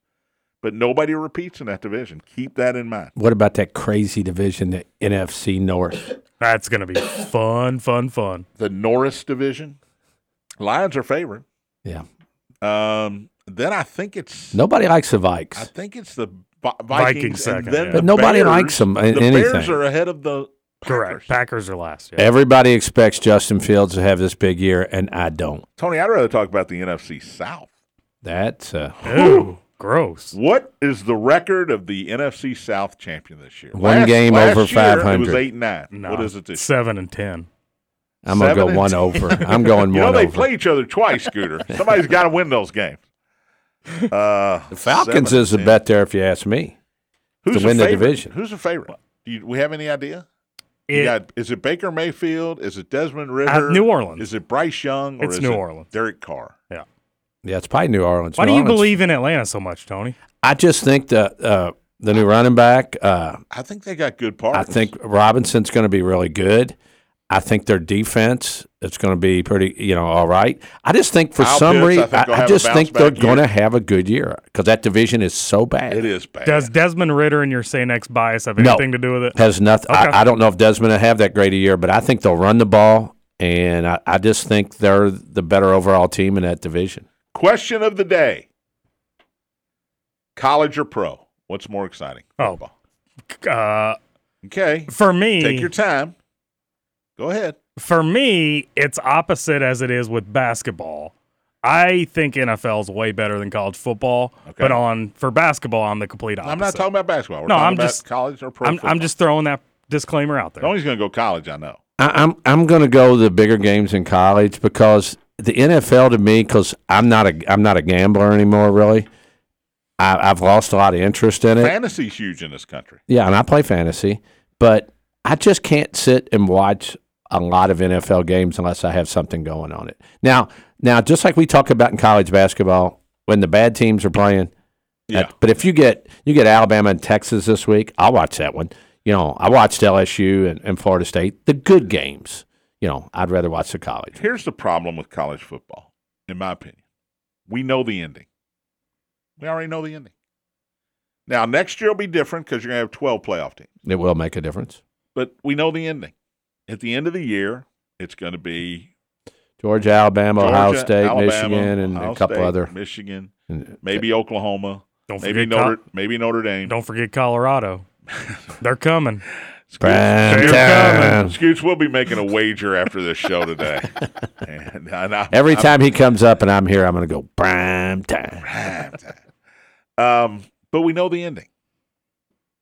Speaker 2: But nobody repeats in that division. Keep that in mind.
Speaker 3: What about that crazy division, the NFC North?
Speaker 4: That's gonna be fun, fun, fun.
Speaker 2: The Norris division, Lions are favored.
Speaker 3: Yeah.
Speaker 2: Um, then I think it's
Speaker 3: Nobody likes the
Speaker 2: I
Speaker 3: Vikes.
Speaker 2: think it's the Vi- Vikings.
Speaker 4: Vikings
Speaker 2: and
Speaker 4: second,
Speaker 2: then
Speaker 4: yeah.
Speaker 2: the
Speaker 3: But nobody
Speaker 2: Bears-
Speaker 3: likes 'em in
Speaker 2: The Bears
Speaker 3: anything.
Speaker 2: are ahead of the Packers.
Speaker 4: Correct. Packers are last. Yeah.
Speaker 3: Everybody expects Justin Fields to have this big year, and I don't.
Speaker 2: Tony, I'd rather talk about the NFC South.
Speaker 3: That's uh,
Speaker 4: Ooh, gross.
Speaker 2: What is the record of the NFC South champion this year?
Speaker 3: One game over
Speaker 2: year, It was
Speaker 3: 500.
Speaker 2: eight and nine.
Speaker 4: No,
Speaker 2: What is it this year?
Speaker 4: Seven and ten.
Speaker 3: I'm gonna
Speaker 2: Seven
Speaker 3: go
Speaker 2: and
Speaker 3: one
Speaker 2: ten.
Speaker 3: over. I'm going
Speaker 2: You know
Speaker 3: one
Speaker 2: they
Speaker 3: over.
Speaker 2: play each other twice, Scooter. Somebody's got to win those games. Uh,
Speaker 3: the Falcons is a
Speaker 2: the
Speaker 3: bet there, if you ask me.
Speaker 2: Who's
Speaker 3: to win
Speaker 2: the
Speaker 3: the
Speaker 2: favorite?
Speaker 3: division.
Speaker 2: Who's the favorite? Do you, we have any idea? you
Speaker 4: It-
Speaker 2: got, is it Baker Mayfield? Is it Desmond Ritter?
Speaker 4: Uh, New Orleans.
Speaker 2: Is it Bryce Young? Or
Speaker 4: It's
Speaker 2: is
Speaker 4: New
Speaker 2: it
Speaker 4: Orleans.
Speaker 2: Derek Carr.
Speaker 3: Yeah, it's probably New Orleans.
Speaker 4: Why
Speaker 3: New
Speaker 4: do you
Speaker 3: Orleans-
Speaker 4: believe in Atlanta so much, Tony?
Speaker 3: I just think the uh, the new running back. Uh,
Speaker 2: I think they got good parts.
Speaker 3: I think Robinson's going to be really good. I think their defense is going to be pretty, you know, all right. I just think for
Speaker 2: Kyle
Speaker 3: some
Speaker 2: Pitts, I
Speaker 3: reason,
Speaker 2: think
Speaker 3: I,
Speaker 2: they'll
Speaker 3: I
Speaker 2: have a
Speaker 3: just think they're
Speaker 2: bounce-back
Speaker 3: going
Speaker 2: year.
Speaker 3: to have a good year because that division is so bad.
Speaker 2: it is bad.
Speaker 4: Does Desmond Ritter and your say next bias have
Speaker 3: No.
Speaker 4: anything to do with it?
Speaker 3: Has nothing.
Speaker 4: Okay.
Speaker 3: I, I don't know if Desmond will have that great a year, but I think they'll run the ball, and I, I just think they're the better overall team in that division.
Speaker 2: Question of the day: College or pro? What's more exciting?
Speaker 4: Oh. Uh,
Speaker 2: Okay,
Speaker 4: for me,
Speaker 2: take your time. Go ahead.
Speaker 4: for me, it's opposite as it is with basketball. I think NFL is way better than college football, but on for basketball, I'm the complete opposite.
Speaker 2: I'm not talking about basketball. We're
Speaker 4: No,
Speaker 2: talking
Speaker 4: I'm
Speaker 2: about
Speaker 4: just-
Speaker 2: college or pro.
Speaker 4: I'm, I'm
Speaker 2: football.
Speaker 4: just throwing that disclaimer out there.
Speaker 2: Tony's going to go college. I know.
Speaker 3: I, I'm I'm going to go the bigger games in college because the NFL to me because I'm not a I'm not a gambler anymore really. I, I've lost a lot of interest in it.
Speaker 2: Fantasy's huge in this country.
Speaker 3: Yeah, and I play fantasy, but I just can't sit and watch a lot of NFL games unless I have something going on it. Now, now just like we talk about in college basketball, when the bad teams are playing,
Speaker 2: Yeah.
Speaker 3: uh, but if you get you get Alabama and Texas this week, I'll watch that one. You know, I watched LSU and, and Florida State, the good games. You know, I'd rather watch the college.
Speaker 2: Here's the problem with college football, in my opinion. We know the ending. We already know the ending. Now, next year will be different because you're going to have 12 playoff teams,
Speaker 3: It will make a difference.
Speaker 2: but we know the ending. At the end of the year, it's going to be
Speaker 3: Georgia, Alabama, Ohio
Speaker 2: Georgia,
Speaker 3: State,
Speaker 2: Alabama,
Speaker 3: Michigan, and
Speaker 2: Ohio
Speaker 3: a couple
Speaker 2: State,
Speaker 3: other.
Speaker 2: Michigan,
Speaker 3: and-
Speaker 2: maybe Oklahoma,
Speaker 4: don't
Speaker 2: maybe
Speaker 4: forget,
Speaker 2: Notre,
Speaker 4: Col-
Speaker 2: maybe Notre Dame.
Speaker 4: don't forget Colorado. They're coming.
Speaker 3: Prime
Speaker 4: coming.
Speaker 3: time.
Speaker 2: Scoots will be making a wager after this show today. and, uh, and I-
Speaker 3: Every time he comes up and I'm here, I'm going to go prime time.
Speaker 2: Um, but we know the ending,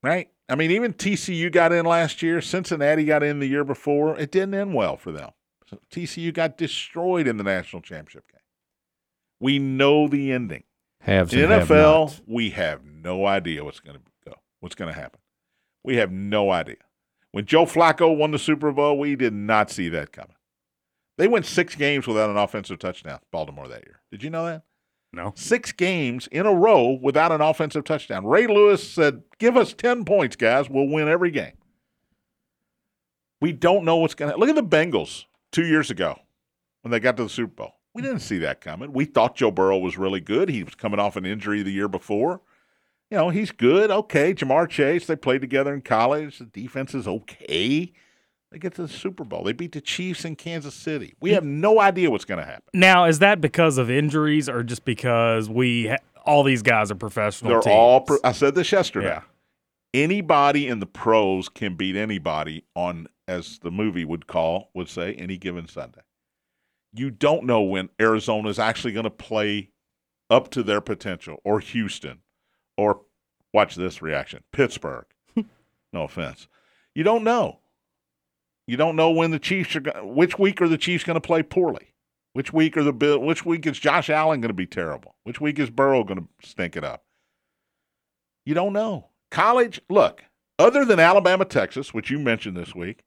Speaker 2: right? I mean, even TCU got in last year. Cincinnati got in the year before. It didn't end well for them. So TCU got destroyed in the national championship game. We know the ending.
Speaker 3: Haves
Speaker 2: In
Speaker 3: and have
Speaker 2: NFL,
Speaker 3: nots.
Speaker 2: we have no idea what's going to go, what's going to happen. We have no idea. When Joe Flacco won the Super Bowl, we did not see that coming. They went six games without an offensive touchdown, Baltimore that year. Did you know that?
Speaker 4: No.
Speaker 2: six games in a row without an offensive touchdown. Ray Lewis said, Give us 10 points, guys. We'll win every game. We don't know what's going to Look at the Bengals two years ago when they got to the Super Bowl. We didn't see that coming. We thought Joe Burrow was really good. He was coming off an injury the year before. You know, he's good. Okay. Jamar Chase, they played together in college. The defense is okay. They get to the Super Bowl. They beat the Chiefs in Kansas City. We have no idea what's going to happen.
Speaker 4: Now, is that because of injuries or just because we ha- all these guys are professional.
Speaker 2: They're
Speaker 4: teams.
Speaker 2: all. Pro- I said this yesterday.
Speaker 4: Yeah.
Speaker 2: Anybody in the pros can beat anybody on, as the movie would call would say, any given Sunday. You don't know when Arizona is actually going to play up to their potential, or Houston, or watch this reaction, Pittsburgh. no offense. You don't know. You don't know when the Chiefs are. Go- which week are the Chiefs going to play poorly? Which week are the Bill? Which week is Josh Allen going to be terrible? Which week is Burrow going to stink it up? You don't know. College, look, other than Alabama, Texas, which you mentioned this week,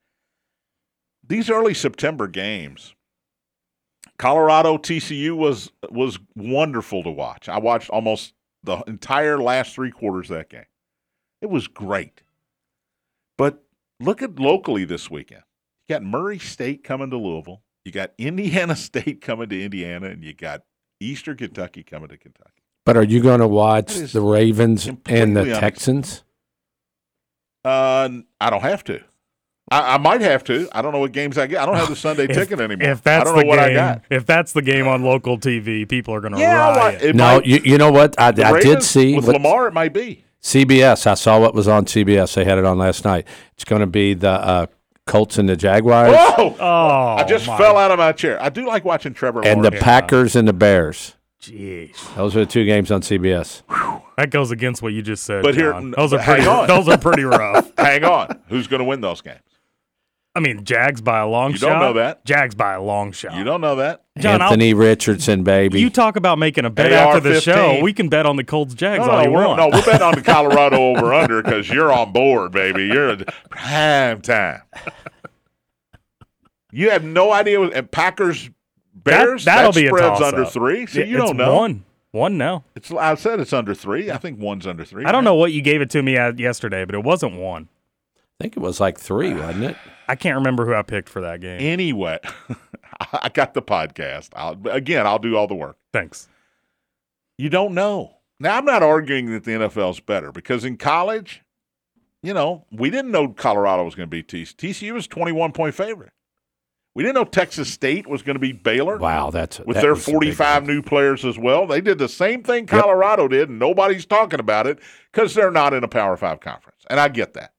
Speaker 2: these early September games, Colorado TCU was was wonderful to watch. I watched almost the entire last three quarters of that game. It was great. But look at locally this weekend. You got Murray State coming to Louisville. You got Indiana State coming to Indiana, and you got Eastern Kentucky coming to Kentucky.
Speaker 3: But are you going to watch
Speaker 2: That is
Speaker 3: the Ravens and the
Speaker 2: completely honest.
Speaker 3: Texans?
Speaker 2: Uh, n- I don't have to. I, I might have to. I don't know what games I get. I don't have the Sunday
Speaker 4: If-
Speaker 2: ticket anymore.
Speaker 4: If that's
Speaker 2: I don't
Speaker 4: the
Speaker 2: know what I
Speaker 4: game-
Speaker 2: got.
Speaker 4: if that's the game on local TV, people are going to
Speaker 2: I
Speaker 4: riot.
Speaker 2: want- it
Speaker 3: No,
Speaker 2: might-
Speaker 3: you, you know what? I,
Speaker 2: the
Speaker 3: I did
Speaker 2: Ravens
Speaker 3: see
Speaker 2: with
Speaker 3: what-
Speaker 2: Lamar. It might be.
Speaker 3: CBS. I saw what was on CBS. They had it on last night. It's going to be the uh, Colts and the Jaguars
Speaker 2: Whoa!
Speaker 4: Oh,
Speaker 2: I just
Speaker 4: my
Speaker 2: fell out of my chair. I do like watching Trevor.
Speaker 3: and the
Speaker 2: Lawrence.
Speaker 3: Packers and the Bears.
Speaker 4: Jeez,
Speaker 3: Those are the two games on CBS.
Speaker 4: that goes against what you just said.
Speaker 2: But here-
Speaker 4: John. those are
Speaker 2: but hang
Speaker 4: pretty.
Speaker 2: on.
Speaker 4: Those are pretty rough.
Speaker 2: Hang on. Who's going to win those games?
Speaker 4: I mean, Jags by a long
Speaker 2: You
Speaker 4: shot.
Speaker 2: don't know that.
Speaker 4: Jags by a long shot.
Speaker 2: You don't know that.
Speaker 4: John, I'll-
Speaker 3: Anthony Richardson, baby.
Speaker 4: You talk about making a bet
Speaker 2: AR-15.
Speaker 4: after the show. We can bet on the Colts Jags
Speaker 2: No,
Speaker 4: all
Speaker 2: no,
Speaker 4: you
Speaker 2: we're,
Speaker 4: want.
Speaker 2: no, we're betting on the Colorado over under because you're on board, baby. You're prime time. You have no idea. What, and Packers, Bears,
Speaker 4: that'll
Speaker 2: that
Speaker 4: be a
Speaker 2: spreads
Speaker 4: toss-up.
Speaker 2: under three. So
Speaker 4: Yeah,
Speaker 2: you
Speaker 4: it's
Speaker 2: don't know.
Speaker 4: One, one now.
Speaker 2: It's I said it's under three. I think one's under three.
Speaker 4: I don't know what you gave it to me at yesterday, but it wasn't one.
Speaker 3: I think it was like three, wasn't it?
Speaker 4: I can't remember who I picked for that game.
Speaker 2: Anyway, I got the podcast. I'll, again, I'll do all the work.
Speaker 4: Thanks.
Speaker 2: You don't know. Now, I'm not arguing that the NFL's better because in college, you know, we didn't know Colorado was going to be TCU. TCU was 21 point favorite. We didn't know Texas State was going to be Baylor
Speaker 3: Wow, that's
Speaker 2: with
Speaker 3: that
Speaker 2: their
Speaker 3: was a big
Speaker 2: 45
Speaker 3: one.
Speaker 2: new players as well. They did the same thing Colorado did, and nobody's talking about it because they're not in a Power Five conference. And I get that.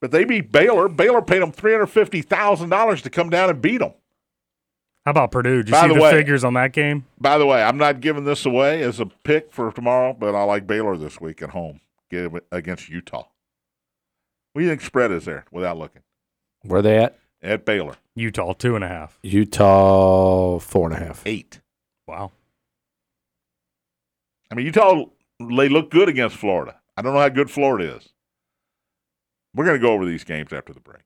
Speaker 2: But they beat Baylor. Baylor paid them $350,000 to come down and beat them.
Speaker 4: How about Purdue? Did you
Speaker 2: By
Speaker 4: see
Speaker 2: the
Speaker 4: the,
Speaker 2: way-
Speaker 4: figures on that game?
Speaker 2: By the way, I'm not giving this away as a pick for tomorrow, but I like Baylor this week at home Get it against Utah. What do you think spread is there without looking?
Speaker 3: Where they at?
Speaker 2: At Baylor,
Speaker 4: Utah two and a half.
Speaker 3: Utah four and a half.
Speaker 2: eight.
Speaker 4: Wow.
Speaker 2: I mean, Utah, they look good against Florida. I don't know how good Florida is. We're going to go over these games after the break.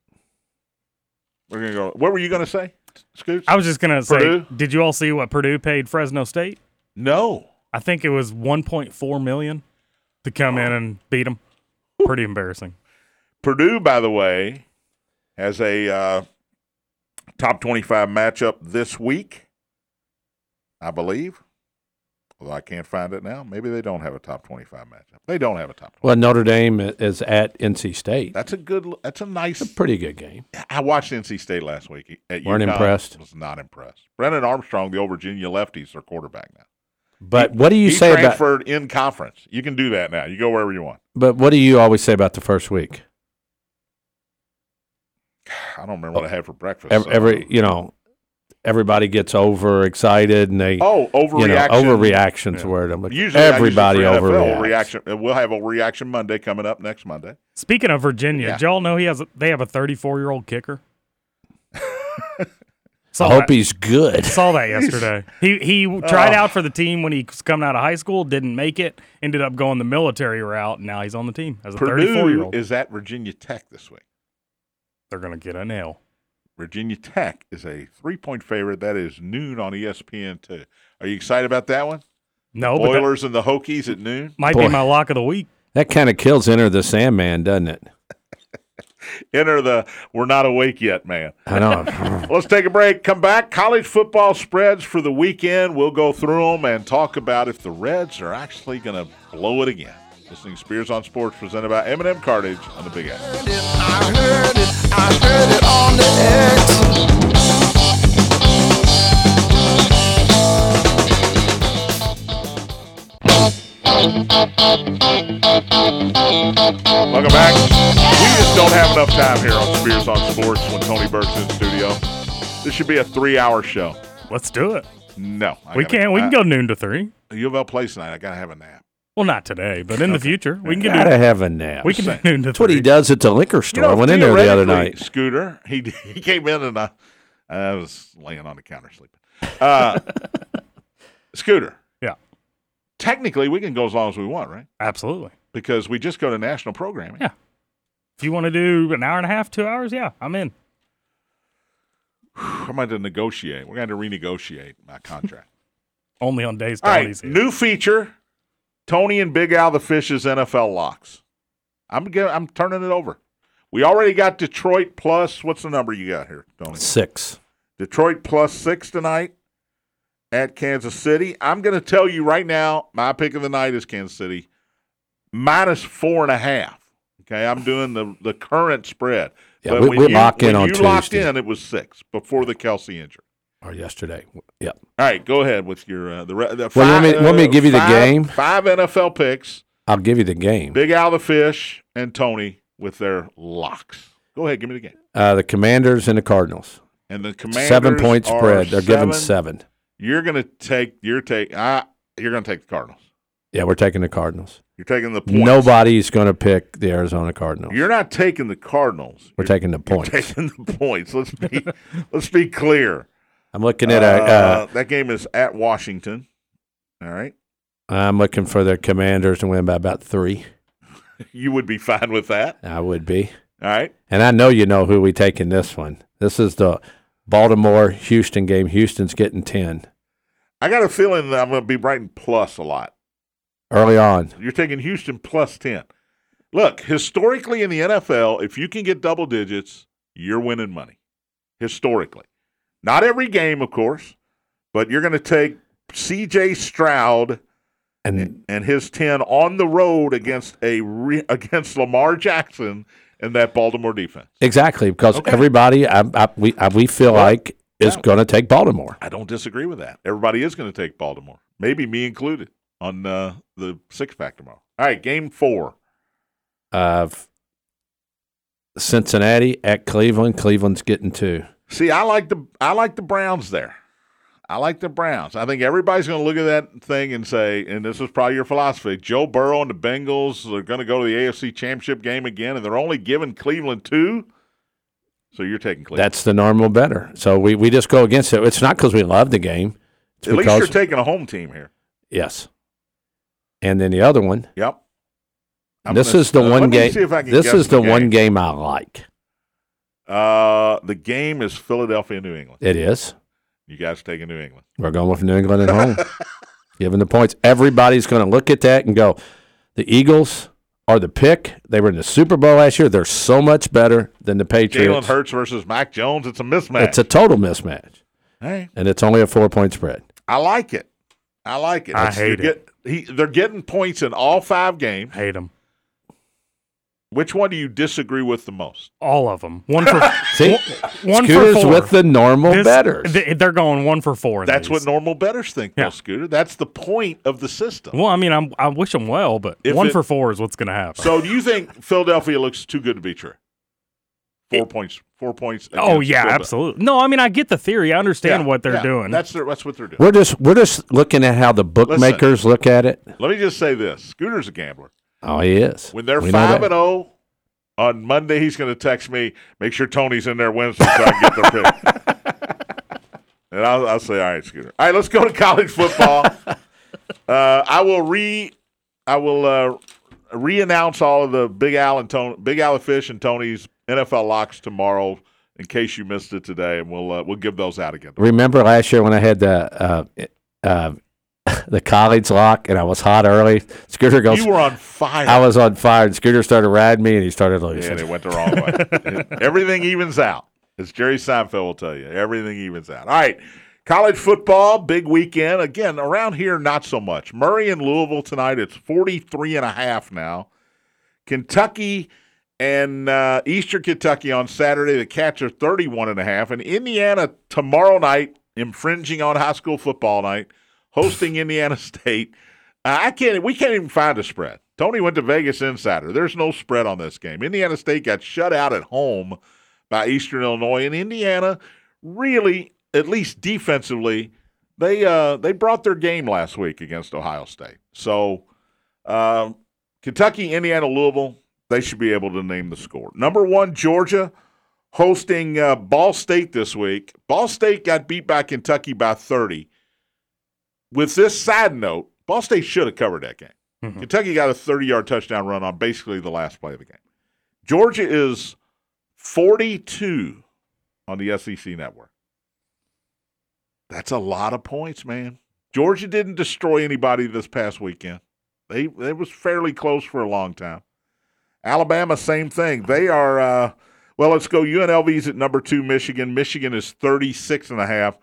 Speaker 2: We're going to go. What were you going to say, Scoots?
Speaker 4: I was just gonna say,
Speaker 2: Purdue?
Speaker 4: did you all see what Purdue paid Fresno State?
Speaker 2: no.
Speaker 4: I think it was 1.4 million to come in and beat them. Pretty embarrassing.
Speaker 2: Purdue, by the way, has a uh, top 25 matchup this week, I believe. Although I can't find it now. Maybe they don't have a top 25 matchup. They don't have a top 20.
Speaker 3: Well, Notre Dame i- is at NC State.
Speaker 2: That's a good, that's a nice.
Speaker 3: Pretty good game.
Speaker 2: I watched NC State last week. At
Speaker 3: Weren't
Speaker 2: UConn.
Speaker 3: impressed.
Speaker 2: Was not impressed. Brennan Armstrong, the old Virginia lefty, is their quarterback now.
Speaker 3: But what do you
Speaker 2: he
Speaker 3: say about?
Speaker 2: transferred in conference. You can do that now. You go wherever you want.
Speaker 3: But what do you always say about the first week?
Speaker 2: I don't remember what I had for breakfast.
Speaker 3: Every,
Speaker 2: so-
Speaker 3: every you know, everybody gets over excited and they
Speaker 2: oh
Speaker 3: you know
Speaker 2: overreaction.
Speaker 3: overreactions
Speaker 4: Yeah.
Speaker 3: word. I'm like
Speaker 2: Usually,
Speaker 3: everybody
Speaker 2: I use it for NFL
Speaker 3: overreacts.
Speaker 2: reaction. and We'll have a reaction Monday coming up next Monday.
Speaker 4: Speaking of Virginia,
Speaker 2: Yeah.
Speaker 4: did y'all know he has a, they have a 34 year old kicker?
Speaker 3: I
Speaker 4: Saw
Speaker 3: hope
Speaker 4: that-
Speaker 3: he's good.
Speaker 4: Saw that yesterday. he he tried
Speaker 2: Oh.
Speaker 4: out for the team when he was coming out of high school, didn't make it, ended up going the military route, and now he's on the team as a 34 year
Speaker 2: Purdue
Speaker 4: old.
Speaker 2: is at Virginia Tech this week.
Speaker 4: They're going to get a nail.
Speaker 2: Virginia Tech is a three-point favorite. That is noon on E ESPN two. Are you excited about that one?
Speaker 4: No, Oh, but that
Speaker 2: Oilers and the Hokies at noon.
Speaker 4: might
Speaker 3: Boy.
Speaker 4: be my lock of the week.
Speaker 3: That kind of kills Enter the Sandman, doesn't it?
Speaker 2: Enter the we're not awake yet, man.
Speaker 3: I know.
Speaker 2: Let's take a break. Come back. College football spreads for the weekend. We'll go through them and talk about if the Reds are actually going to blow it again. Listening to Spears on Sports presented by Eminem Cartage on the Big X.
Speaker 5: I heard it, I heard it on the X.
Speaker 2: Welcome back. We just don't have enough time here on Spears on Sports when Tony Burke's in studio. This should be a three-hour show.
Speaker 4: Let's do it.
Speaker 2: No, I
Speaker 4: we
Speaker 2: gotta-
Speaker 4: can't. We
Speaker 2: I-
Speaker 4: can go noon to three.
Speaker 2: U of L plays tonight. I gotta have a nap.
Speaker 4: Well, not today, but in the future, we can get
Speaker 3: Gotta
Speaker 4: noon,
Speaker 3: have a nap.
Speaker 4: we can do noon to
Speaker 3: That's what
Speaker 4: three.
Speaker 3: he does at the liquor
Speaker 2: You
Speaker 3: store.
Speaker 2: know,
Speaker 3: I went in there the other
Speaker 2: theoretically,
Speaker 3: night.
Speaker 2: Scooter, he he came in and I, I was laying on the counter sleeping. Uh, Scooter,
Speaker 4: Yeah,
Speaker 2: technically we can go as long as we want, right?
Speaker 4: absolutely.
Speaker 2: Because we just go to national programming.
Speaker 4: Yeah. If you want to do an hour and a half, two hours, yeah, I'm in.
Speaker 2: I'm going to negotiate. We're going to renegotiate my contract.
Speaker 4: Only on days.
Speaker 2: All right,
Speaker 4: Tony's here.
Speaker 2: new feature: Tony and Big Al the Fish's NFL locks. I'm get, I'm turning it over. We already got Detroit plus. What's the number you got here, Tony?
Speaker 3: Six.
Speaker 2: Detroit plus six tonight at Kansas City. I'm going to tell you right now, my pick of the night is Kansas City minus four and a half. Okay, I'm doing the, the current spread.
Speaker 3: Yeah, we-
Speaker 2: when
Speaker 3: we lock in
Speaker 2: when
Speaker 3: on
Speaker 2: you locked
Speaker 3: Tuesday.
Speaker 2: in, it was six before the Kelsey injury.
Speaker 3: Or yesterday. Yep.
Speaker 2: All right, go ahead with your uh, the, re- the
Speaker 3: Well, let me- let me give you the
Speaker 2: five-
Speaker 3: game.
Speaker 2: Five NFL picks:
Speaker 3: I'll give you the game.
Speaker 2: Big Al the Fish and Tony with their locks. Go ahead, give me the game.
Speaker 3: Uh, the Commanders and the Cardinals.
Speaker 2: And the commanders
Speaker 3: seven point
Speaker 2: are
Speaker 3: spread. They're giving
Speaker 2: seven.
Speaker 3: seven.
Speaker 2: You're gonna take. You're take. I. You're gonna take the Cardinals.
Speaker 3: Yeah, we're taking the Cardinals.
Speaker 2: You're taking the points.
Speaker 3: Nobody's going to pick the Arizona Cardinals.
Speaker 2: You're not taking the Cardinals.
Speaker 3: we're taking the
Speaker 2: You're
Speaker 3: points.
Speaker 2: taking the points. Let's be. let's be clear.
Speaker 3: I'm looking at a.
Speaker 2: Uh,
Speaker 3: Uh,
Speaker 2: that game is at Washington. All right. Uh,
Speaker 3: I'm looking for the Commanders to win by about three.
Speaker 2: You would be fine with that.
Speaker 3: I would be.
Speaker 2: All right.
Speaker 3: And I know you know who we take in this one. This is the Baltimore Houston game. Houston's getting ten
Speaker 2: I got a feeling that I'm gonna be writing plus a lot.
Speaker 3: early on.
Speaker 2: You're taking Houston plus ten. Look, historically in the NFL, if you can get double digits, you're winning money. Historically. Not every game, of course, but you're going to take CJ Stroud
Speaker 3: And
Speaker 2: and his 10 on the road against a re- against Lamar Jackson and that Baltimore defense.
Speaker 3: Exactly, because
Speaker 2: Okay.
Speaker 3: everybody I, I, we I, we feel like is
Speaker 2: yeah.
Speaker 3: going to take Baltimore.
Speaker 2: I don't disagree with that. Everybody is going to take Baltimore, maybe me included, on uh, the six pack tomorrow. All right, game 4.
Speaker 3: Uh, Cincinnati at Cleveland. Cleveland's getting two.
Speaker 2: See, I like the I like the Browns there. I like the Browns. I think everybody's going to look at that thing and say, and this is probably your philosophy. Joe Burrow and the Bengals are going to go to the AFC Championship game again, and they're only giving Cleveland two. So you're taking Cleveland.
Speaker 3: That's the normal better. So we, we just go against it. It's not because we love the game. It's
Speaker 2: at least
Speaker 3: because
Speaker 2: you're taking a home team here.
Speaker 3: yes. And then the other one.
Speaker 2: Yep. I'm
Speaker 3: this
Speaker 2: gonna-
Speaker 3: is the
Speaker 2: uh,
Speaker 3: one
Speaker 2: let me
Speaker 3: game.
Speaker 2: see if I can
Speaker 3: This
Speaker 2: guess
Speaker 3: is the, one
Speaker 2: game.
Speaker 3: game I like.
Speaker 2: Uh, the game is Philadelphia New England.
Speaker 3: It is.
Speaker 2: You guys taking New England.
Speaker 3: We're going with New England at home. Given the points, everybody's going to look at that and go, the Eagles are the pick. They were in the Super Bowl last year. They're so much better than the
Speaker 2: Jalen
Speaker 3: Patriots.
Speaker 2: Hurts versus Mac Jones. It's a mismatch.
Speaker 3: It's a total mismatch,
Speaker 2: hey.
Speaker 3: and it's only a four point spread.
Speaker 2: I like it. I like it.
Speaker 4: I
Speaker 2: they're
Speaker 4: hate it.
Speaker 2: Get, he, they're getting points in all five games.
Speaker 4: Hate them.
Speaker 2: Which one do you disagree with the most?
Speaker 4: All of them. One for
Speaker 3: See,
Speaker 4: one for
Speaker 3: Scooters
Speaker 4: four.
Speaker 3: with the normal
Speaker 4: This-
Speaker 3: betters.
Speaker 4: they- They're going one for four. in
Speaker 2: That's
Speaker 4: these.
Speaker 2: what normal betters think, though,
Speaker 4: Yeah.
Speaker 2: Scooter. That's the point of the system.
Speaker 4: Well, I mean, I'm, I wish them well, but
Speaker 2: If
Speaker 4: one
Speaker 2: it-
Speaker 4: for four is what's going to happen.
Speaker 2: So do you think Philadelphia looks too good to be true? Four points. Four points.
Speaker 4: oh
Speaker 2: against
Speaker 4: yeah,
Speaker 2: Philadelphia.
Speaker 4: absolutely. No, I mean, I get the theory. I understand
Speaker 2: Yeah,
Speaker 4: what they're
Speaker 2: yeah.
Speaker 4: doing.
Speaker 2: That's their, that's what they're doing.
Speaker 3: we're just we're just looking at how the bookmakers look at it.
Speaker 2: Let me just say this: Scooter's a gambler.
Speaker 3: Oh, he is.
Speaker 2: When they're
Speaker 3: We know
Speaker 2: five
Speaker 3: that.
Speaker 2: and zero on Monday, he's going to text me. Make sure Tony's in there Wednesday so I can get their pick. and I'll, I'll say, all right, Scooter. All right, let's go to college football. uh, I will re, I will uh, re-announce all of the Big Al and Tony, Big Al and Fish and Tony's NFL locks tomorrow. In case you missed it today, and we'll uh, we'll give those out again.
Speaker 3: Remember last year when I had the uh, uh, the college lock and I was hot early. Scooter goes.
Speaker 2: You were on fire.
Speaker 3: I was on fire, and Scooter started riding me, and he started
Speaker 2: Yeah,
Speaker 3: losing.
Speaker 2: and it went the wrong way. Everything evens out. As Jerry Seinfeld will tell you, everything evens out. All right. College football, big weekend. Again, around here, not so much. Murray and Louisville tonight, it's 43 and a half now. Kentucky and uh, Eastern Kentucky on Saturday, the Cats are 31 and a half. And Indiana tomorrow night, infringing on high school football night, hosting Indiana State. I can't. We can't even find a spread. Tony went to Vegas Insider. There's no spread on this game. Indiana State got shut out at home by Eastern Illinois, and Indiana really, at least defensively, they uh, they brought their game last week against Ohio State. So um, Kentucky, Indiana, Louisville, they should be able to name the score. Number one, Georgia hosting uh, Ball State this week. Ball State got beat by Kentucky by 30. With this side note, Ball State should have covered that game.
Speaker 4: Mhm.
Speaker 2: Kentucky got a 30 yard touchdown run on basically the last play of the game. Georgia is 42 on the SEC network. That's a lot of points, man. Georgia didn't destroy anybody this past weekend. They they was fairly close for a long time. Alabama, same thing. They are uh, well. Let's go. UNLV's at number two. Michigan. Michigan is 36 and a half.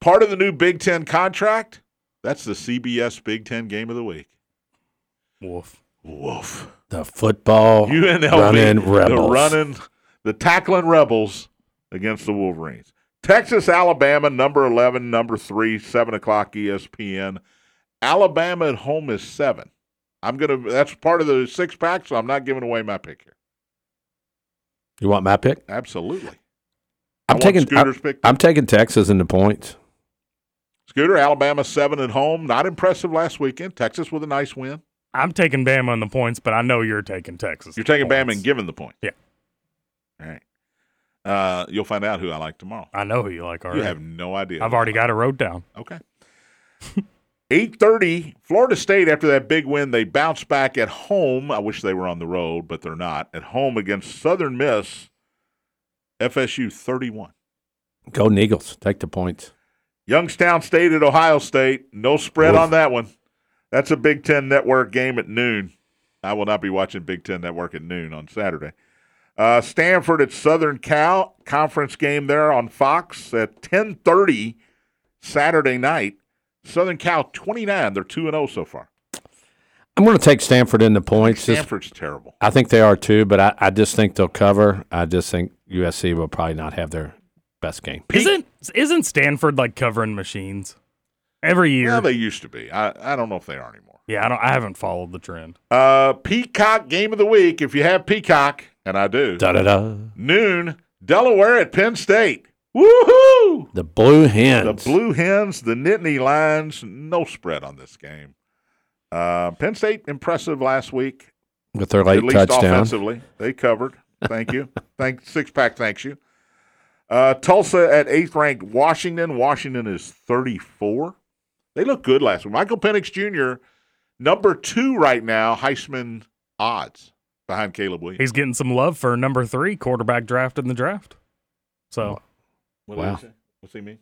Speaker 2: Part of the new Big Ten contract. That's the CBS Big Ten game of the week.
Speaker 4: Wolf.
Speaker 2: Woof.
Speaker 3: The football
Speaker 2: UNLV,
Speaker 3: Oh, running
Speaker 2: the
Speaker 3: rebels.
Speaker 2: running, the tackling rebels against the Wolverines. Texas, Alabama, number eleven, number three, seven o'clock E ESPN. Alabama at home is seven. I'm gonna. That's part of the six pack, so I'm not giving away my pick here.
Speaker 3: You want my pick?
Speaker 2: Absolutely. I
Speaker 3: I'm
Speaker 2: want
Speaker 3: taking.
Speaker 2: Scooter's
Speaker 3: I'm,
Speaker 2: pick.
Speaker 3: I'm taking Texas in the points.
Speaker 2: Scooter, Alabama seven at home. Not impressive last weekend. Texas with a nice win.
Speaker 4: I'm taking Bama in the points, but I know you're taking Texas.
Speaker 2: You're
Speaker 4: in the
Speaker 2: taking Bama
Speaker 4: points.
Speaker 2: and giving the point.
Speaker 4: Yeah.
Speaker 2: All right. Uh, you'll find out who I like tomorrow.
Speaker 4: I know who you like already.
Speaker 2: You have no idea.
Speaker 4: I've already got it wrote down.
Speaker 2: Okay. 8:30 Florida State after that big win they bounce back at home. I wish they were on the road, but they're not. At home against Southern Miss FSU 31.
Speaker 3: Go Eagles. Take the points.
Speaker 2: Youngstown State at Ohio State. No spread
Speaker 3: Oof.
Speaker 2: on that one. That's a Big 10 network game at noon. I will not be watching Big 10 network at noon on Saturday. Uh, Stanford at Southern Cal conference game there on Fox at 10:30 Saturday night. Southern Cal 29. They're 2 and 0 so far.
Speaker 3: I'm going to take Stanford in the points. Just-
Speaker 2: Stanford's terrible.
Speaker 3: I think they are too, but I, I just think they'll cover. I just think USC will probably not have their best game.
Speaker 4: Isn't isn't Stanford like covering machines every year?
Speaker 2: Yeah, they used to be. I, I don't know if they are anymore.
Speaker 4: yeah, I don't. I haven't followed the trend.
Speaker 2: Uh, Peacock game of the week. If you have Peacock, and I do,
Speaker 3: Da da da.
Speaker 2: noon Delaware at Penn State. Woohoo!
Speaker 3: The Blue
Speaker 2: The
Speaker 3: Hens.
Speaker 2: Blue Hens, the Nittany Lions, no spread on this game. Uh, Penn State impressive last week,
Speaker 3: with their
Speaker 2: at
Speaker 3: late
Speaker 2: least
Speaker 3: touchdown.
Speaker 2: offensively. They covered. Thank you. Thank six pack. Thanks you. Uh, Tulsa at eighth ranked Washington. Washington is thirty four. They look good last week. Michael Penix Jr. number two right now. Heisman odds behind Caleb Williams.
Speaker 4: He's getting some love for number three quarterback draft in the draft. So
Speaker 2: What did I
Speaker 3: Wow.
Speaker 2: say? What's he mean?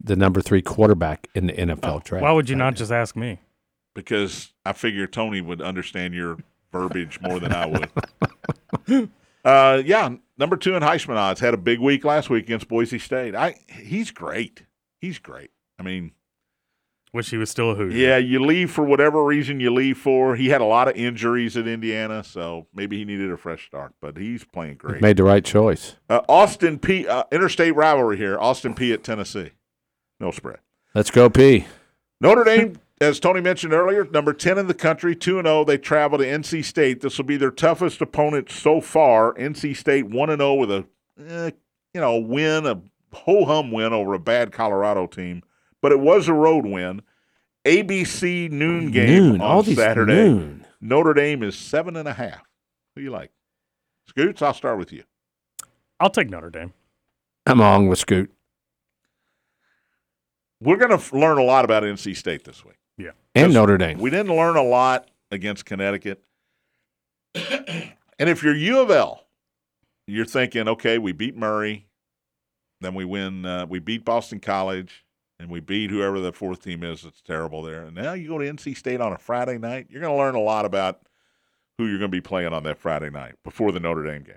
Speaker 3: The number three quarterback in the NFL draft.
Speaker 4: why would you not just ask me?
Speaker 2: because I figure Tony would understand your verbiage more than I would. uh, yeah, number two in Heisman odds had a big week last week against Boise State. I he's great. He's great. I mean,
Speaker 4: Wish he was still a Hoosier.
Speaker 2: yeah, you leave for whatever reason you leave for. He had a lot of injuries at Indiana, so maybe he needed a fresh start. But he's playing great.
Speaker 3: Made the right choice.
Speaker 2: Uh, Austin P. Uh, interstate rivalry here. Austin P. at Tennessee. No spread.
Speaker 3: Let's go P.
Speaker 2: Notre Dame, as Tony mentioned earlier, number 10 in the country, 2 0. They travel to NC State. This will be their toughest opponent so far. NC State 1 0 with a, eh, you know, win, a ho hum win over a bad Colorado team, but it was a road win. ABC noon game
Speaker 3: noon.
Speaker 2: on
Speaker 3: All these
Speaker 2: Saturday.
Speaker 3: noon.
Speaker 2: Notre Dame is seven and a half. Who you like? Scoots, I'll start with you.
Speaker 4: I'll take Notre Dame.
Speaker 3: I'm on with Scoot.
Speaker 2: We're going to f- learn a lot about NC State this week.
Speaker 3: And
Speaker 2: Yes.
Speaker 3: Notre Dame.
Speaker 2: We didn't learn a lot against Connecticut. and if you're U of L, you're thinking, okay, we beat Murray, then we win, uh, we beat Boston College, and we beat whoever the fourth team is that's terrible there. And now you go to NC State on a Friday night, you're going to learn a lot about who you're going to be playing on that Friday night before the Notre Dame game.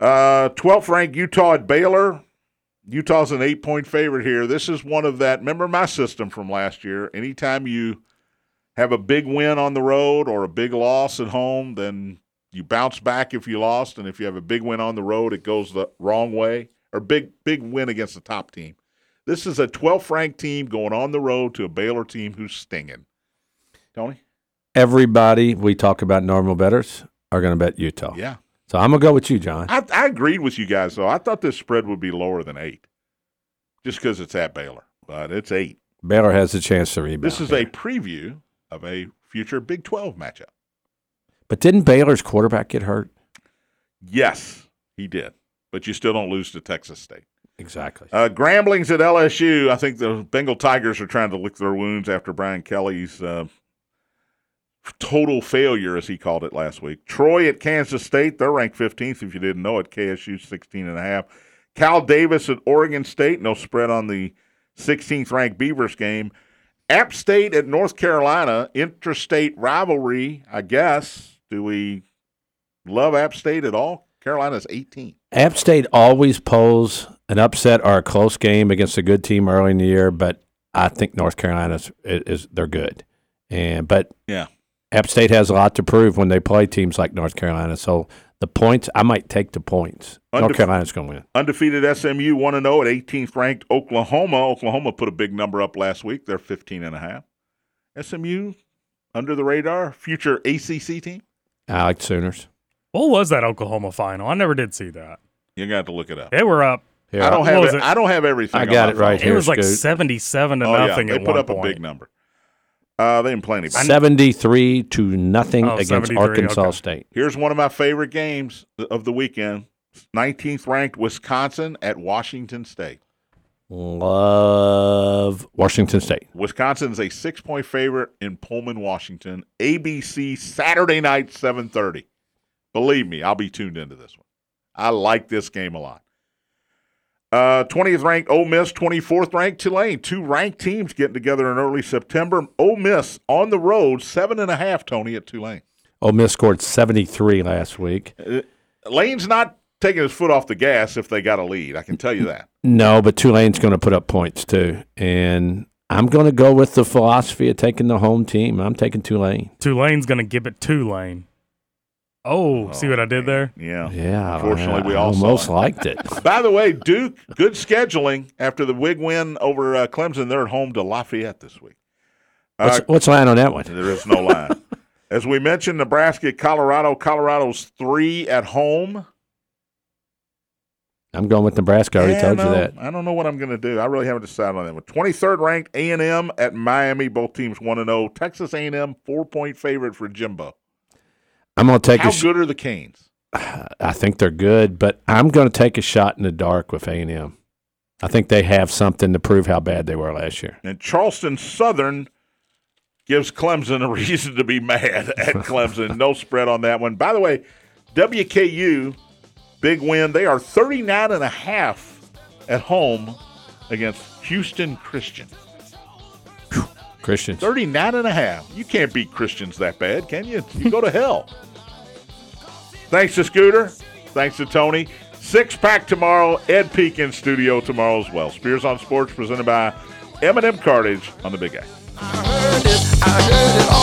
Speaker 2: Uh, 12th ranked Utah at Baylor. Utah's an eight point favorite here. This is one of that. Remember my system from last year. Anytime you have a big win on the road or a big loss at home, then you bounce back if you lost, and if you have a big win on the road, it goes the wrong way. Or big big win against the top team. This is a 12th ranked team going on the road to a Baylor team who's stinging. Tony?
Speaker 3: Everybody we talk about normal betters are going to bet Utah.
Speaker 2: Yeah.
Speaker 3: So I'm going to go with you, John.
Speaker 2: I, I agreed with you guys, though. I thought this spread would be lower than eight just because it's at Baylor, but it's eight.
Speaker 3: Baylor has a chance to rebound.
Speaker 2: This is
Speaker 3: here.
Speaker 2: a preview of a future Big 12 matchup.
Speaker 3: But didn't Baylor's quarterback get hurt?
Speaker 2: Yes, he did, but you still don't lose to Texas State.
Speaker 3: Exactly.
Speaker 2: Uh, Gramblings at LSU. I think the Bengal Tigers are trying to lick their wounds after Brian Kelly's uh, total failure, as he called it last week. Troy at Kansas State. They're ranked 15th, if you didn't know it. KSU 16 and a half. Cal Davis at Oregon State. No spread on the 16th ranked Beavers game. App State at North Carolina. Interstate rivalry, I guess. Do we love App State at all? Carolina's 18.
Speaker 3: App State always pulls an upset or a close game against a good team early in the year, but I think North Carolina is, is they're good, and but
Speaker 2: Yeah.
Speaker 3: App State has a lot to prove when they play teams like North Carolina. So the points, I might take the points.
Speaker 2: Undefe-
Speaker 3: North Carolina's going to win.
Speaker 2: Undefeated SMU 1 0 at 18th ranked Oklahoma. Oklahoma put a big number up last week. They're 15 and a half. SMU under the radar, future ACC team.
Speaker 3: I like Sooners.
Speaker 4: What was that Oklahoma final? I never did see that.
Speaker 2: You're going to have to look it up.
Speaker 4: They were up.
Speaker 3: Here,
Speaker 2: I don't
Speaker 4: What
Speaker 2: have
Speaker 4: was
Speaker 2: it,
Speaker 4: it?
Speaker 2: I don't have everything.
Speaker 3: I got
Speaker 2: on
Speaker 3: it
Speaker 2: my
Speaker 3: right
Speaker 2: phone.
Speaker 4: It
Speaker 3: Here,
Speaker 4: was like
Speaker 3: Scoot.
Speaker 4: seventy-seven to
Speaker 2: Oh, yeah.
Speaker 4: nothing
Speaker 2: They
Speaker 4: at
Speaker 2: put
Speaker 4: one
Speaker 2: up
Speaker 4: point.
Speaker 2: a big number. Uh, they didn't play anybody.
Speaker 3: seventy-three to nothing
Speaker 4: Oh,
Speaker 3: against
Speaker 4: 73,
Speaker 3: Arkansas
Speaker 4: okay.
Speaker 3: State.
Speaker 2: Here's one of my favorite games of the weekend 19th ranked Wisconsin at Washington State.
Speaker 3: Love Washington State.
Speaker 2: Wisconsin's a six point favorite in Pullman, Washington. ABC Saturday night, seven thirty. Believe me, I'll be tuned into this one. I like this game a lot. Uh, Twentieth ranked Ole Miss, twenty fourth ranked Tulane. Two ranked teams getting together in early September. Ole Miss on the road, seven and a half. Tony at Tulane.
Speaker 3: Ole Miss scored seventy-three last week.
Speaker 2: Lane's not taking his foot off the gas if they got a lead. I can tell you that.
Speaker 3: No, but Tulane's going to put up points too, and I'm going to go with the philosophy of taking the home team. I'm taking Tulane.
Speaker 4: Tulane's gonna give it Tulane. Oh, see what I did there?
Speaker 2: Yeah.
Speaker 3: Yeah,
Speaker 2: Unfortunately,
Speaker 3: I
Speaker 2: we all saw
Speaker 3: almost
Speaker 2: it.
Speaker 3: liked it.
Speaker 2: By the way, Duke, good scheduling after the wig win over uh, Clemson. They're at home to Lafayette this week. Uh,
Speaker 3: What's, what's line on that one?
Speaker 2: There is no line. As we mentioned, Nebraska, Colorado. Colorado's three at home.
Speaker 3: I'm going with Nebraska. I already
Speaker 2: Yeah,
Speaker 3: told
Speaker 2: no,
Speaker 3: you that.
Speaker 2: I don't know what I'm going to do. I really haven't decided on that one. 23rd ranked A&M at Miami. Both teams 1-0. Texas A&M, four-point favorite for Jimbo.
Speaker 3: I'm going to take.
Speaker 2: How
Speaker 3: A sh-
Speaker 2: good are the Canes?
Speaker 3: I think they're good, but I'm going to take a shot in the dark with A&M. I think they have something to prove how bad they were last year.
Speaker 2: And Charleston Southern gives Clemson a reason to be mad at Clemson. No spread on that one. By the way, WKU, big win. They are 39 and a half at home against Houston Christian.
Speaker 3: Christians.
Speaker 2: 39 and a half. You can't beat Christians that bad, can you? You go to hell. Thanks to Scooter. Thanks to Tony. Six pack tomorrow. Ed Peek in studio tomorrow as well. Spears on Sports presented by Eminem Cartage on the Big A.
Speaker 5: I heard it, I heard it